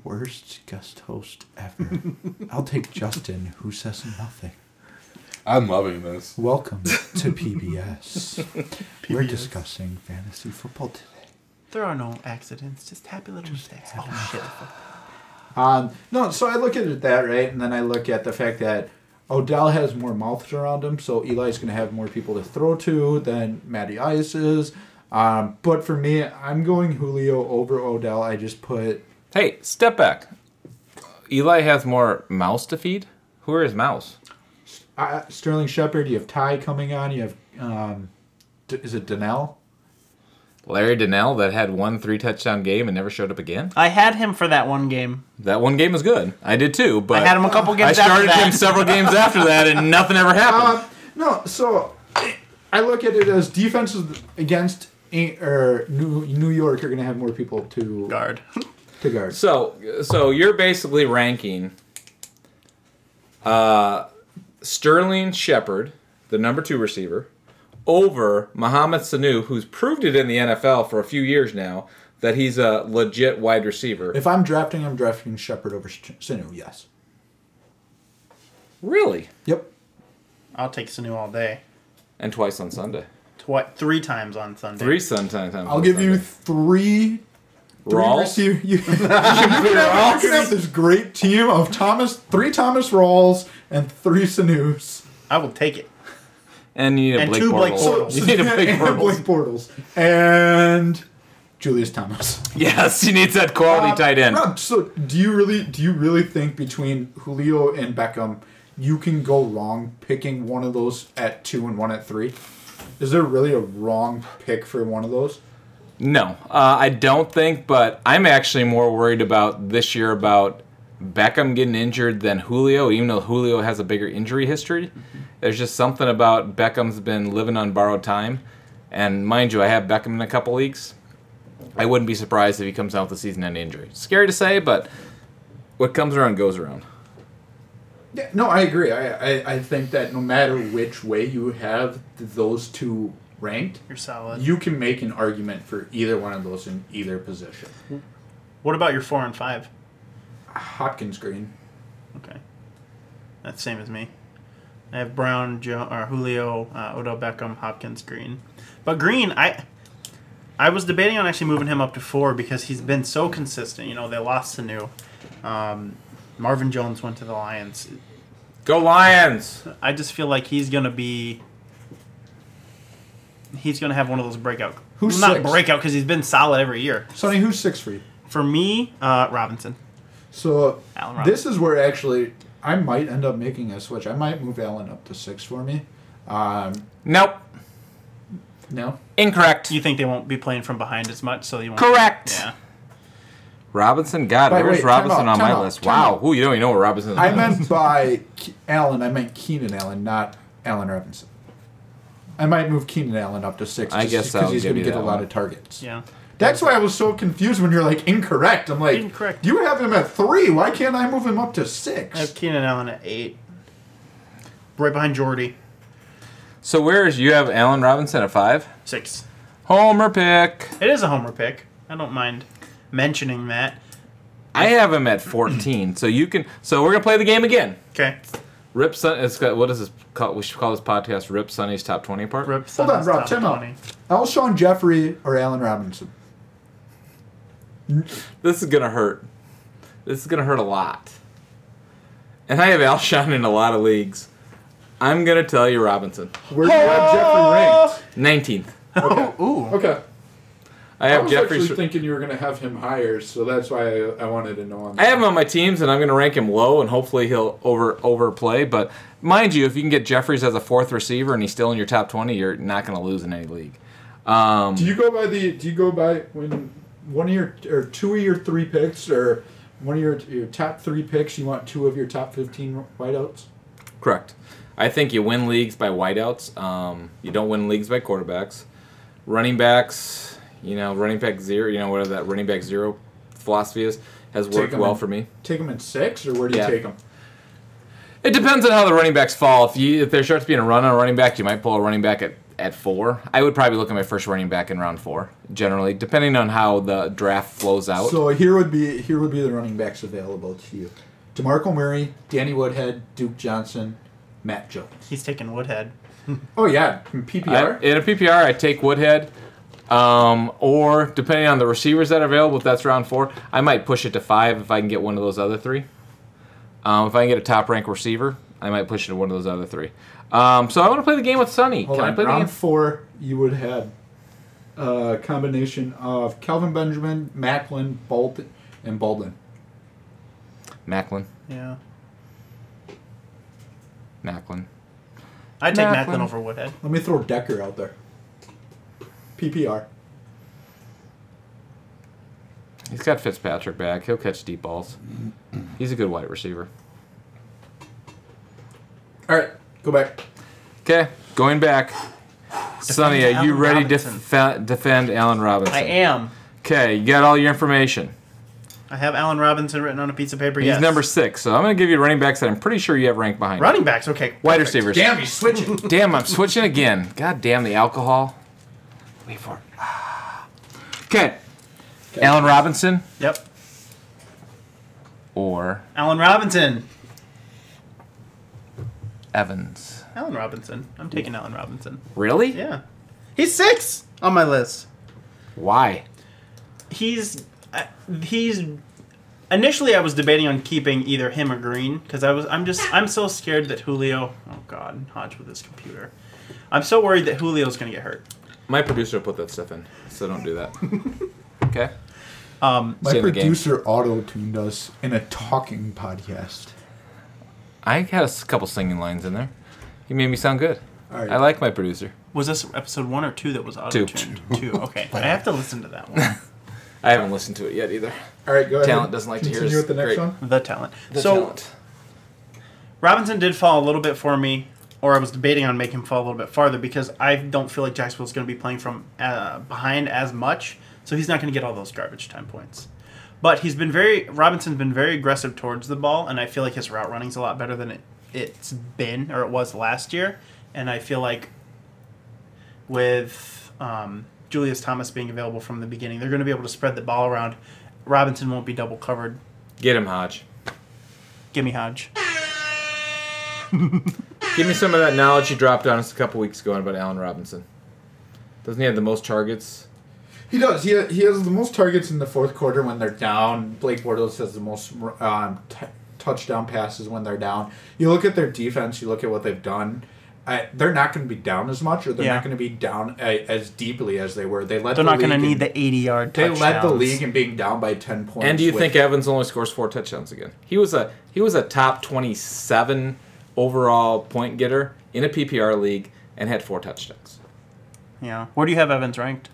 Speaker 1: Worst guest host ever. I'll take Justin, who says nothing.
Speaker 4: I'm loving this.
Speaker 1: Welcome to PBS. We're discussing fantasy football today.
Speaker 3: There are no accidents, just happy little mistakes. Oh, shit.
Speaker 1: Um, no, so I look at it that right, and then I look at the fact that Odell has more mouths around him, so Eli's going to have more people to throw to than Matty Ice is. Um, but for me, I'm going Julio over Odell. I just put
Speaker 2: Hey, step back. Eli has more mouse to feed. Who are his mouse?
Speaker 1: uh, Sterling Shepard. You have Ty coming on. You have um, D- is it Donnell?
Speaker 2: Larry Donnell that had one three touchdown game and never showed up again.
Speaker 3: I had him for that one game.
Speaker 2: That one game was good. I did too, but
Speaker 3: I had him a couple
Speaker 2: I
Speaker 3: games after
Speaker 2: started
Speaker 3: that.
Speaker 2: him several games after that, and nothing ever happened.
Speaker 1: Um, no, so I look at it as defenses against eh, or New New York are going to have more people to
Speaker 3: Guard.
Speaker 1: to guard.
Speaker 2: So, so you're basically ranking uh, Sterling Shepard, the number two receiver, over Mohamed Sanu, who's proved it in the NFL for a few years now that he's a legit wide receiver.
Speaker 1: If I'm drafting, I'm drafting Shepard over Sh- Sinu. Yes.
Speaker 2: really,
Speaker 1: Yep.
Speaker 3: I'll take Sanu all day.
Speaker 2: and twice on Sunday,
Speaker 3: Twi- three times on Sunday.
Speaker 2: three sometimes. on
Speaker 1: I'll give you
Speaker 2: Sunday.
Speaker 1: three. Three
Speaker 2: Rawls?
Speaker 1: receiver. You, you can have, you can have this great team of Thomas, three Thomas Rawls and three Sanus.
Speaker 3: I will take it.
Speaker 2: and you need a
Speaker 3: and
Speaker 2: Blake
Speaker 3: two Blake
Speaker 2: Bortles.
Speaker 3: Bortles.
Speaker 2: You need a Blake
Speaker 1: and
Speaker 2: Bortles.
Speaker 1: Blake Bortles and Julius Thomas.
Speaker 2: Yes, he needs that quality
Speaker 1: Uh,
Speaker 2: tight end.
Speaker 1: Rob, so do you really do you really think between Julio and Beckham, you can go wrong picking one of those at two and one at three? Is there really a wrong pick for one of those?
Speaker 2: No, uh, I don't think, but I'm actually more worried about this year about Beckham getting injured than Julio, even though Julio has a bigger injury history. There's just something about Beckham's been living on borrowed time. And mind you, I have Beckham in a couple leagues. I wouldn't be surprised if he comes out with a season ending injury. Scary to say, but what comes around goes around.
Speaker 1: Yeah, no, I agree. I, I, I think that no matter which way you have th- those two ranked,
Speaker 3: You're solid.
Speaker 1: you can make an argument for either one of those in either position.
Speaker 3: what about your four and five?
Speaker 1: Hopkins Green.
Speaker 3: Okay. That's same as me. I have Brown, jo- or Julio, uh, Odell Beckham, Hopkins, Green. But Green, I I was debating on actually moving him up to four because he's been so consistent. You know, they lost to new. Um, Marvin Jones went to the Lions.
Speaker 2: Go Lions!
Speaker 3: I just feel like he's gonna be. He's gonna have one of those breakout.
Speaker 1: Who's
Speaker 3: not
Speaker 1: sixth?
Speaker 3: breakout because he's been solid every year.
Speaker 1: Sonny, who's six for you?
Speaker 3: For me, uh, Robinson.
Speaker 1: So
Speaker 3: Allen Robinson.
Speaker 1: this is where actually I might end up making a switch. I might move Allen up to six for me. Um,
Speaker 2: Nope.
Speaker 1: no,
Speaker 2: Incorrect.
Speaker 3: You think they won't be playing from behind as much, so you won't.
Speaker 2: Correct.
Speaker 3: Yeah.
Speaker 2: Robinson, God,
Speaker 1: Wait,
Speaker 2: there was
Speaker 1: wait, time out,
Speaker 2: Robinson on my
Speaker 1: time out,
Speaker 2: list.
Speaker 1: time
Speaker 2: Wow.
Speaker 1: out.
Speaker 2: Ooh, you don't even know what Robinson's
Speaker 1: I
Speaker 2: on my list.
Speaker 1: meant by Ke- Allen. I meant Keenan Allen, not Allen Robinson. I might move Keenan Allen up to six.
Speaker 2: I
Speaker 1: just
Speaker 2: guess I'll
Speaker 1: because he's
Speaker 2: give
Speaker 1: going to
Speaker 2: you
Speaker 1: get a
Speaker 2: that
Speaker 1: lot
Speaker 2: one.
Speaker 1: of targets.
Speaker 3: Yeah.
Speaker 1: That's why I was so confused when you're like incorrect. I'm like,
Speaker 3: Incorrect.
Speaker 1: you have him at three. Why can't I move him up to
Speaker 3: I have
Speaker 1: six?
Speaker 3: Keenan Allen at eight. Right behind Jordy.
Speaker 2: So where is you have Allen Robinson at five?
Speaker 3: Six.
Speaker 2: Homer pick.
Speaker 3: It is a homer pick. I don't mind mentioning that.
Speaker 2: I have him at fourteen. so you can. So we're gonna play the game again.
Speaker 3: Okay.
Speaker 2: Rip Sun. It's got, what is this? Called? We should call this podcast "Rip Sunny's Top Twenty Part."
Speaker 3: Rip
Speaker 1: Hold on,
Speaker 3: Suns
Speaker 1: Rob.
Speaker 3: top
Speaker 1: Time out.
Speaker 3: 20.
Speaker 1: Alshon Jeffrey or Allen Robinson?
Speaker 2: This is gonna hurt. This is gonna hurt a lot. And I have Alshon in a lot of leagues. I'm gonna tell you Robinson.
Speaker 1: Where do you have Jeffrey
Speaker 2: Nineteenth.
Speaker 1: ranked? Okay.
Speaker 3: Ooh.
Speaker 1: Okay.
Speaker 2: I
Speaker 1: I
Speaker 2: have
Speaker 1: was
Speaker 2: Jeffrey.
Speaker 1: actually thinking you were going to have him higher, so that's why I, I wanted to know. On
Speaker 2: I have him on my teams, and I'm going to rank him low, and hopefully he'll over overplay. But mind you, if you can get Jeffries as a fourth receiver and he's still in your top 20, you're not going to lose in any league. Um,
Speaker 1: Do you go by the? Do you go by when one of your or two of your three picks or one of your your top three picks. You want two of your top fifteen wideouts.
Speaker 2: Correct. I think you win leagues by wideouts. Um, you don't win leagues by quarterbacks. Running backs, you know, running back zero, you know, whatever that running back zero philosophy is, has
Speaker 1: Take
Speaker 2: worked
Speaker 1: 'em
Speaker 2: well
Speaker 1: in-
Speaker 2: for me.
Speaker 1: Take them in six, or where do you
Speaker 2: Yeah.
Speaker 1: take 'em?
Speaker 2: It depends on how the running backs fall. If you if there starts being a run on a running back, you might pull a running back at, at four. I would probably look at my first running back in round four, generally, depending on how the draft flows out.
Speaker 1: So here would be here would be the running backs available to you: Demarco Murray, Danny Woodhead, Duke Johnson, Matt Jones.
Speaker 3: He's taking Woodhead.
Speaker 1: Oh yeah, from
Speaker 2: I,
Speaker 1: PPR.
Speaker 2: in a PPR, I take Woodhead, um, or depending on the receivers that are available, if that's round four, I might push it to five if I can get one of those other three. Um, if I can get a top rank receiver, I might push it to one of those other three. Um, so I want to play the game with Sonny.
Speaker 1: Hold
Speaker 2: can I
Speaker 1: on.
Speaker 2: play the
Speaker 1: Round
Speaker 2: game?
Speaker 1: four, you would have a combination of Calvin Benjamin, Macklin, Bald, and Baldwin.
Speaker 2: Macklin,
Speaker 3: Yeah.
Speaker 2: Macklin.
Speaker 3: I take
Speaker 2: Macklin.
Speaker 3: Macklin over Woodhead.
Speaker 1: Let me throw Decker out there. PPR.
Speaker 2: He's got Fitzpatrick back. He'll catch deep balls. He's a good wide receiver.
Speaker 1: All right, go back.
Speaker 2: Okay, going back. Sonny, are you
Speaker 3: Allen
Speaker 2: ready to
Speaker 3: Robinson.
Speaker 2: defe- defend Allen Robinson?
Speaker 3: I am.
Speaker 2: Okay, you got all your information.
Speaker 3: I have Allen Robinson written on a piece of paper.
Speaker 2: He's
Speaker 3: yes.
Speaker 2: number six, so I'm going to give you running backs that I'm pretty sure you have ranked behind.
Speaker 3: Running backs, okay.
Speaker 2: Wide
Speaker 3: perfect.
Speaker 2: receivers.
Speaker 1: Damn, you switching.
Speaker 2: Damn, I'm switching again. God damn the alcohol. Wait for it. Okay. Allen Robinson
Speaker 3: Yep.
Speaker 2: or
Speaker 3: Allen Robinson.
Speaker 2: Evans?
Speaker 3: Allen Robinson. I'm taking Allen Robinson.
Speaker 2: Really?
Speaker 3: Yeah. He's six on my list.
Speaker 2: Why?
Speaker 3: He's uh, he's initially I was debating on keeping either him or Green because I was I'm just I'm so scared that Julio oh god Hodge with his computer I'm so worried that Julio's gonna get hurt
Speaker 2: My producer put that stuff in, so don't do that. okay.
Speaker 3: um
Speaker 1: My
Speaker 2: in the game.
Speaker 1: producer auto tuned us in a talking podcast.
Speaker 2: I had a s- couple singing lines in there. You made me sound good.
Speaker 1: All right.
Speaker 2: I like my producer.
Speaker 3: was this episode one or two that was auto tuned two okay I have to listen to that one
Speaker 2: I haven't listened to it yet either.
Speaker 1: All right, go ahead.
Speaker 2: Talent doesn't like to hear
Speaker 1: Continue
Speaker 2: us.
Speaker 1: with the next
Speaker 2: Great.
Speaker 1: one.
Speaker 3: the talent
Speaker 2: The
Speaker 3: so
Speaker 2: talent.
Speaker 3: Robinson did fall a little bit for me, or I was debating on making him fall a little bit farther because I don't feel like Jacksonville's going to be playing from uh, behind as much, so he's not going to get all those garbage time points. But he's been very Robinson's been very aggressive towards the ball, and I feel like his route running's a lot better than it it's been or it was last year, and I feel like with um, Julius Thomas being available from the beginning, they're going to be able to spread the ball around. Robinson won't be double covered.
Speaker 2: Get him, Hodge.
Speaker 3: Gimme Hodge.
Speaker 2: Give me some of that knowledge you dropped on us a couple weeks ago about Allen Robinson. Doesn't he have the most targets?
Speaker 1: He does. He, he has the most targets in the fourth quarter when they're down. Blake Bortles has the most um, t- touchdown passes when they're down. You look at their defense. You look at what they've done. I, they're not going to be down as much, or they're
Speaker 3: Yeah.
Speaker 1: not going to be down a, as deeply as they were. They led.
Speaker 3: They're
Speaker 1: the
Speaker 3: not going to
Speaker 1: league in-
Speaker 3: need the 80 yard
Speaker 1: They
Speaker 3: touchdowns.
Speaker 1: led the league in being down by ten points.
Speaker 2: And do you
Speaker 1: with-
Speaker 2: think Evans only scores four touchdowns again? He was a he was a top twenty seven overall point getter in a PPR league and had four touchdowns.
Speaker 3: Yeah. Where do you have Evans ranked?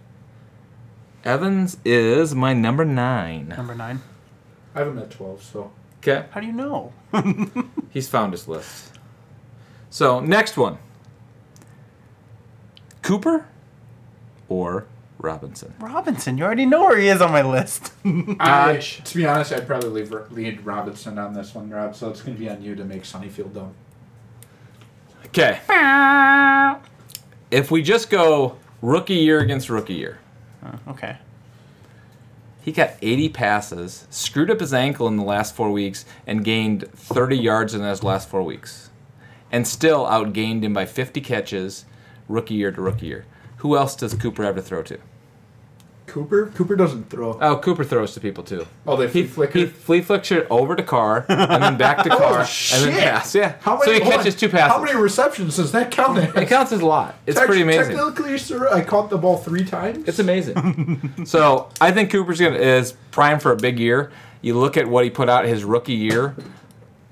Speaker 2: Evans is my number nine.
Speaker 3: Number nine.
Speaker 1: I have him at twelve? So
Speaker 2: Okay,
Speaker 3: How do you know?
Speaker 2: he's found his list. So next one, Cooper or Robinson.
Speaker 3: Robinson. You already know where he is on my list.
Speaker 1: I,
Speaker 2: Dodge.
Speaker 1: to be honest, I'd probably leave, lead Robinson on this one, Rob. So it's going to be on you to make Sonny feel dumb.
Speaker 2: Okay. If we just go rookie year against rookie year,
Speaker 3: okay.
Speaker 2: he got 80 passes, screwed up his ankle in the last four weeks, and gained 30 yards in those last four weeks. And still outgained him by 50 catches rookie year to rookie year. Who else does Cooper have to throw to?
Speaker 1: Cooper. Cooper doesn't throw.
Speaker 2: Oh, Cooper throws to people too.
Speaker 1: Oh, they
Speaker 2: He,
Speaker 1: flicker.
Speaker 2: he flea flicks it over to Carr and then back to Carr and
Speaker 1: shit.
Speaker 2: then pass. Yeah.
Speaker 1: How many,
Speaker 2: so he
Speaker 1: hold on.
Speaker 2: catches two passes.
Speaker 1: How many receptions does that count as?
Speaker 2: it counts as a lot. It's pretty amazing.
Speaker 1: Technically, sir, I caught the ball three times.
Speaker 2: It's amazing. so I think Cooper's gonna is prime for a big year. You look at what he put out his rookie year.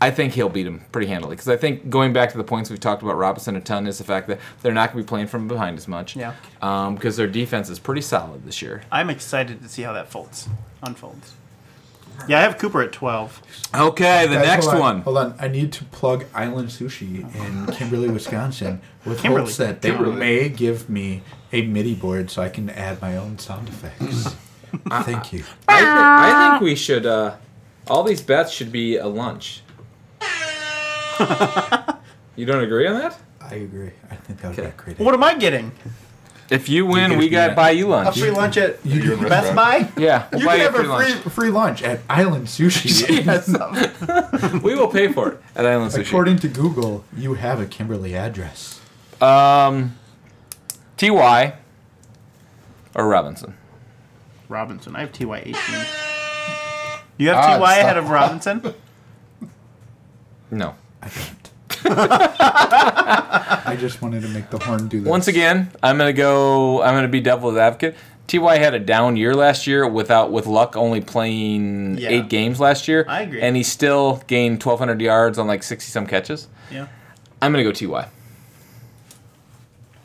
Speaker 2: I think he'll beat him pretty handily because I think going back to the points we've talked about Robinson a ton is the fact that they're not going to be playing from behind as much. um,
Speaker 3: Yeah.
Speaker 2: Because their defense is pretty solid this year.
Speaker 3: I'm excited to see how that folds. Unfolds. Yeah, I have Cooper at 12.
Speaker 2: Okay, the
Speaker 1: Guys,
Speaker 2: next
Speaker 1: hold on,
Speaker 2: one.
Speaker 1: Hold on. I need to plug Island Sushi in Kimberly, Wisconsin, with
Speaker 3: Kimberly.
Speaker 1: hopes that they
Speaker 4: Kimberly.
Speaker 1: may give me a MIDI board so I can add my own sound effects. Thank you.
Speaker 2: I, thi- I think we should. Uh, all these bets should be a lunch. you don't agree on that?
Speaker 1: I agree. I think that would be
Speaker 2: Okay.
Speaker 1: a great.
Speaker 3: What am I getting?
Speaker 2: If you win,
Speaker 1: get
Speaker 2: we
Speaker 1: to do
Speaker 2: got
Speaker 1: that.
Speaker 2: buy you
Speaker 3: A
Speaker 2: lunch.
Speaker 3: free lunch at
Speaker 1: You
Speaker 4: You're in
Speaker 1: can-
Speaker 3: Best
Speaker 4: restaurant.
Speaker 3: Buy?
Speaker 2: Yeah, we'll
Speaker 1: you
Speaker 2: buy
Speaker 1: can have
Speaker 2: free
Speaker 1: a free,
Speaker 2: lunch.
Speaker 1: free lunch at Island Sushi.
Speaker 2: We will pay for it at Island Sushi.
Speaker 1: According to Google, you have a Kimberly address.
Speaker 2: Um, Ty or Robinson?
Speaker 3: Robinson. I have TY 18. You have
Speaker 4: Ah,
Speaker 3: TY ahead
Speaker 4: stop.
Speaker 3: of Robinson?
Speaker 2: No.
Speaker 1: I don't. I just wanted to make the horn do this.
Speaker 2: Once again, I'm gonna go. I'm gonna be devil's advocate. Ty had a down year last year without with luck only playing
Speaker 3: Yeah.
Speaker 2: eight games last year.
Speaker 3: I agree.
Speaker 2: And he still gained 1,200 yards on like 60 some catches.
Speaker 3: yeah.
Speaker 2: I'm gonna go Ty.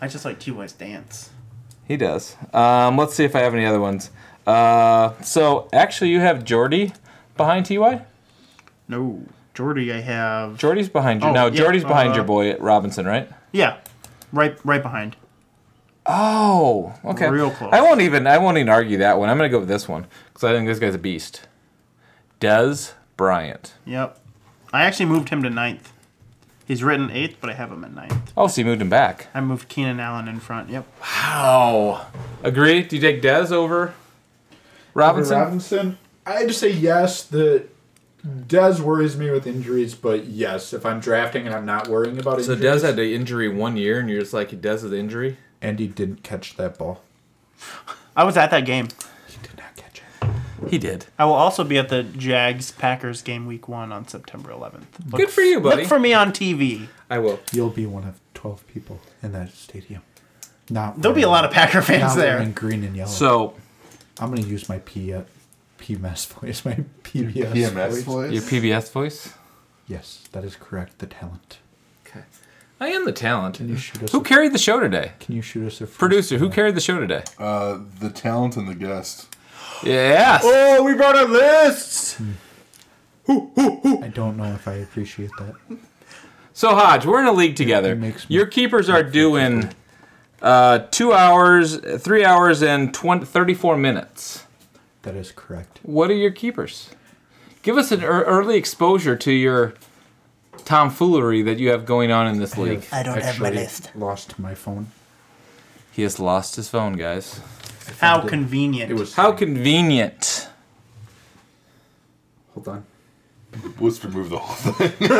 Speaker 3: I just like TY's dance.
Speaker 2: He does. Um, let's see if I have any other ones. Uh, so actually, you have Jordy behind Ty.
Speaker 3: No. Jordy, I have.
Speaker 2: Jordy's behind you.
Speaker 3: Oh,
Speaker 2: no,
Speaker 3: yeah,
Speaker 2: Jordy's behind
Speaker 3: uh,
Speaker 2: your boy Robinson, right?
Speaker 3: Yeah. Right right behind.
Speaker 2: Oh, okay.
Speaker 3: Real close.
Speaker 2: I won't even. I won't even argue that one. I'm gonna go with this one because I think this guy's a beast. Des Bryant.
Speaker 3: Yep. I actually moved him to ninth. He's written eighth, but I have him at ninth.
Speaker 2: Oh, so you moved him back.
Speaker 3: I moved Keenan Allen in front. Yep.
Speaker 2: Wow. Agree? Do you take Dez over Robinson?
Speaker 1: Robinson. I had to say yes. The Dez worries me with injuries, but yes, if I'm drafting and I'm not worrying about
Speaker 2: So
Speaker 1: injuries.
Speaker 2: Dez had the injury one year, and you're just like, Dez is the injury?
Speaker 1: Andy didn't catch that ball.
Speaker 3: I was at that game.
Speaker 1: He did not catch it.
Speaker 2: He did.
Speaker 3: I will also be at the Jags Packers game week one on September 11th. Look-
Speaker 2: Good for you, buddy.
Speaker 3: Look for me on TV.
Speaker 2: I will.
Speaker 1: You'll be one of twelve people in that stadium. Not
Speaker 3: There'll be a lot of Packer fans
Speaker 1: not
Speaker 3: there.
Speaker 1: wearing green and yellow.
Speaker 2: So,
Speaker 1: I'm gonna use my P uh, PMS voice, my PBS
Speaker 4: PMS
Speaker 1: voice.
Speaker 4: voice.
Speaker 2: your PBS voice?
Speaker 1: Yes, that is correct. The talent.
Speaker 2: Okay. I am the talent.
Speaker 1: you shoot us
Speaker 2: Who
Speaker 1: a-
Speaker 2: carried the show today?
Speaker 1: Can you shoot us a first
Speaker 2: Producer, who
Speaker 1: uh,
Speaker 2: carried the show today?
Speaker 4: Uh, the talent and the guest.
Speaker 2: Yes.
Speaker 3: Oh, we brought our lists.
Speaker 1: I don't know if I appreciate that.
Speaker 2: So Hodge, we're in a league together.
Speaker 1: makes me-
Speaker 2: Your keepers are doing uh, two hours, three hours and 20, 34 minutes.
Speaker 1: That is correct.
Speaker 2: What are your keepers? Give us an ear early exposure to your tomfoolery that you have going on in this league.
Speaker 1: I
Speaker 3: don't have my
Speaker 1: actually
Speaker 3: list.
Speaker 1: Lost my phone.
Speaker 2: He has lost his phone, guys.
Speaker 3: How convenient.
Speaker 1: It was
Speaker 2: How convenient.
Speaker 1: Hold on.
Speaker 4: Let's remove the whole thing.
Speaker 1: all,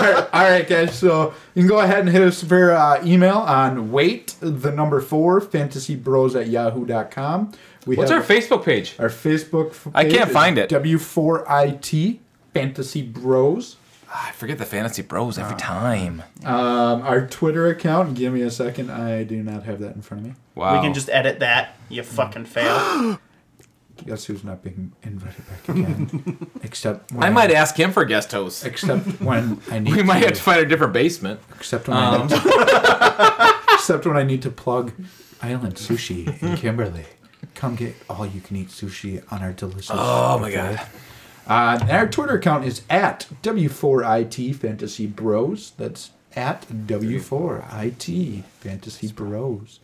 Speaker 1: right, all right, guys. So you can go ahead and hit us for uh, email on wait the number four fantasy bros at yahoo.com. We
Speaker 2: What's our
Speaker 1: have
Speaker 2: Facebook page?
Speaker 1: our Facebook. f-
Speaker 2: I can't
Speaker 1: page is
Speaker 2: find it.
Speaker 1: W4IT Fantasy Bros.
Speaker 2: Ah, I forget the Fantasy Bros
Speaker 3: Ah.
Speaker 2: every time.
Speaker 1: Um, our Twitter account. Give me a second. I do not have that in front of me.
Speaker 2: Wow.
Speaker 3: We can just edit that. You fucking fail.
Speaker 1: Guess who's not being invited back again? except when
Speaker 2: I might ask him for guest hosts.
Speaker 1: Except when I need.
Speaker 2: We might
Speaker 1: to,
Speaker 2: have to Um. find a different basement.
Speaker 1: Except when I need Except when I need to plug Island Sushi in Kimberly. Come get all you can eat sushi on our delicious.
Speaker 2: Oh my god.
Speaker 1: Uh, and our Twitter account is at W4IT Fantasy Bros. That's at W4IT Fantasy Bros.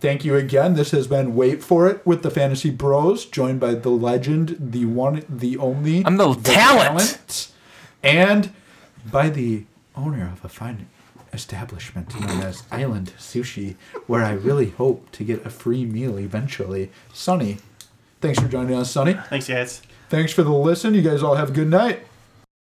Speaker 1: Thank you again. This has been Wait For It with the Fantasy Bros, joined by the legend, the one, the only.
Speaker 2: I'm the talent.
Speaker 1: talent, And by the owner of a fine establishment known as Island Sushi, where I really hope to get a free meal eventually, Sonny. Thanks for joining us, Sonny.
Speaker 3: Thanks, guys.
Speaker 1: Thanks for the listen. You guys all have a good night.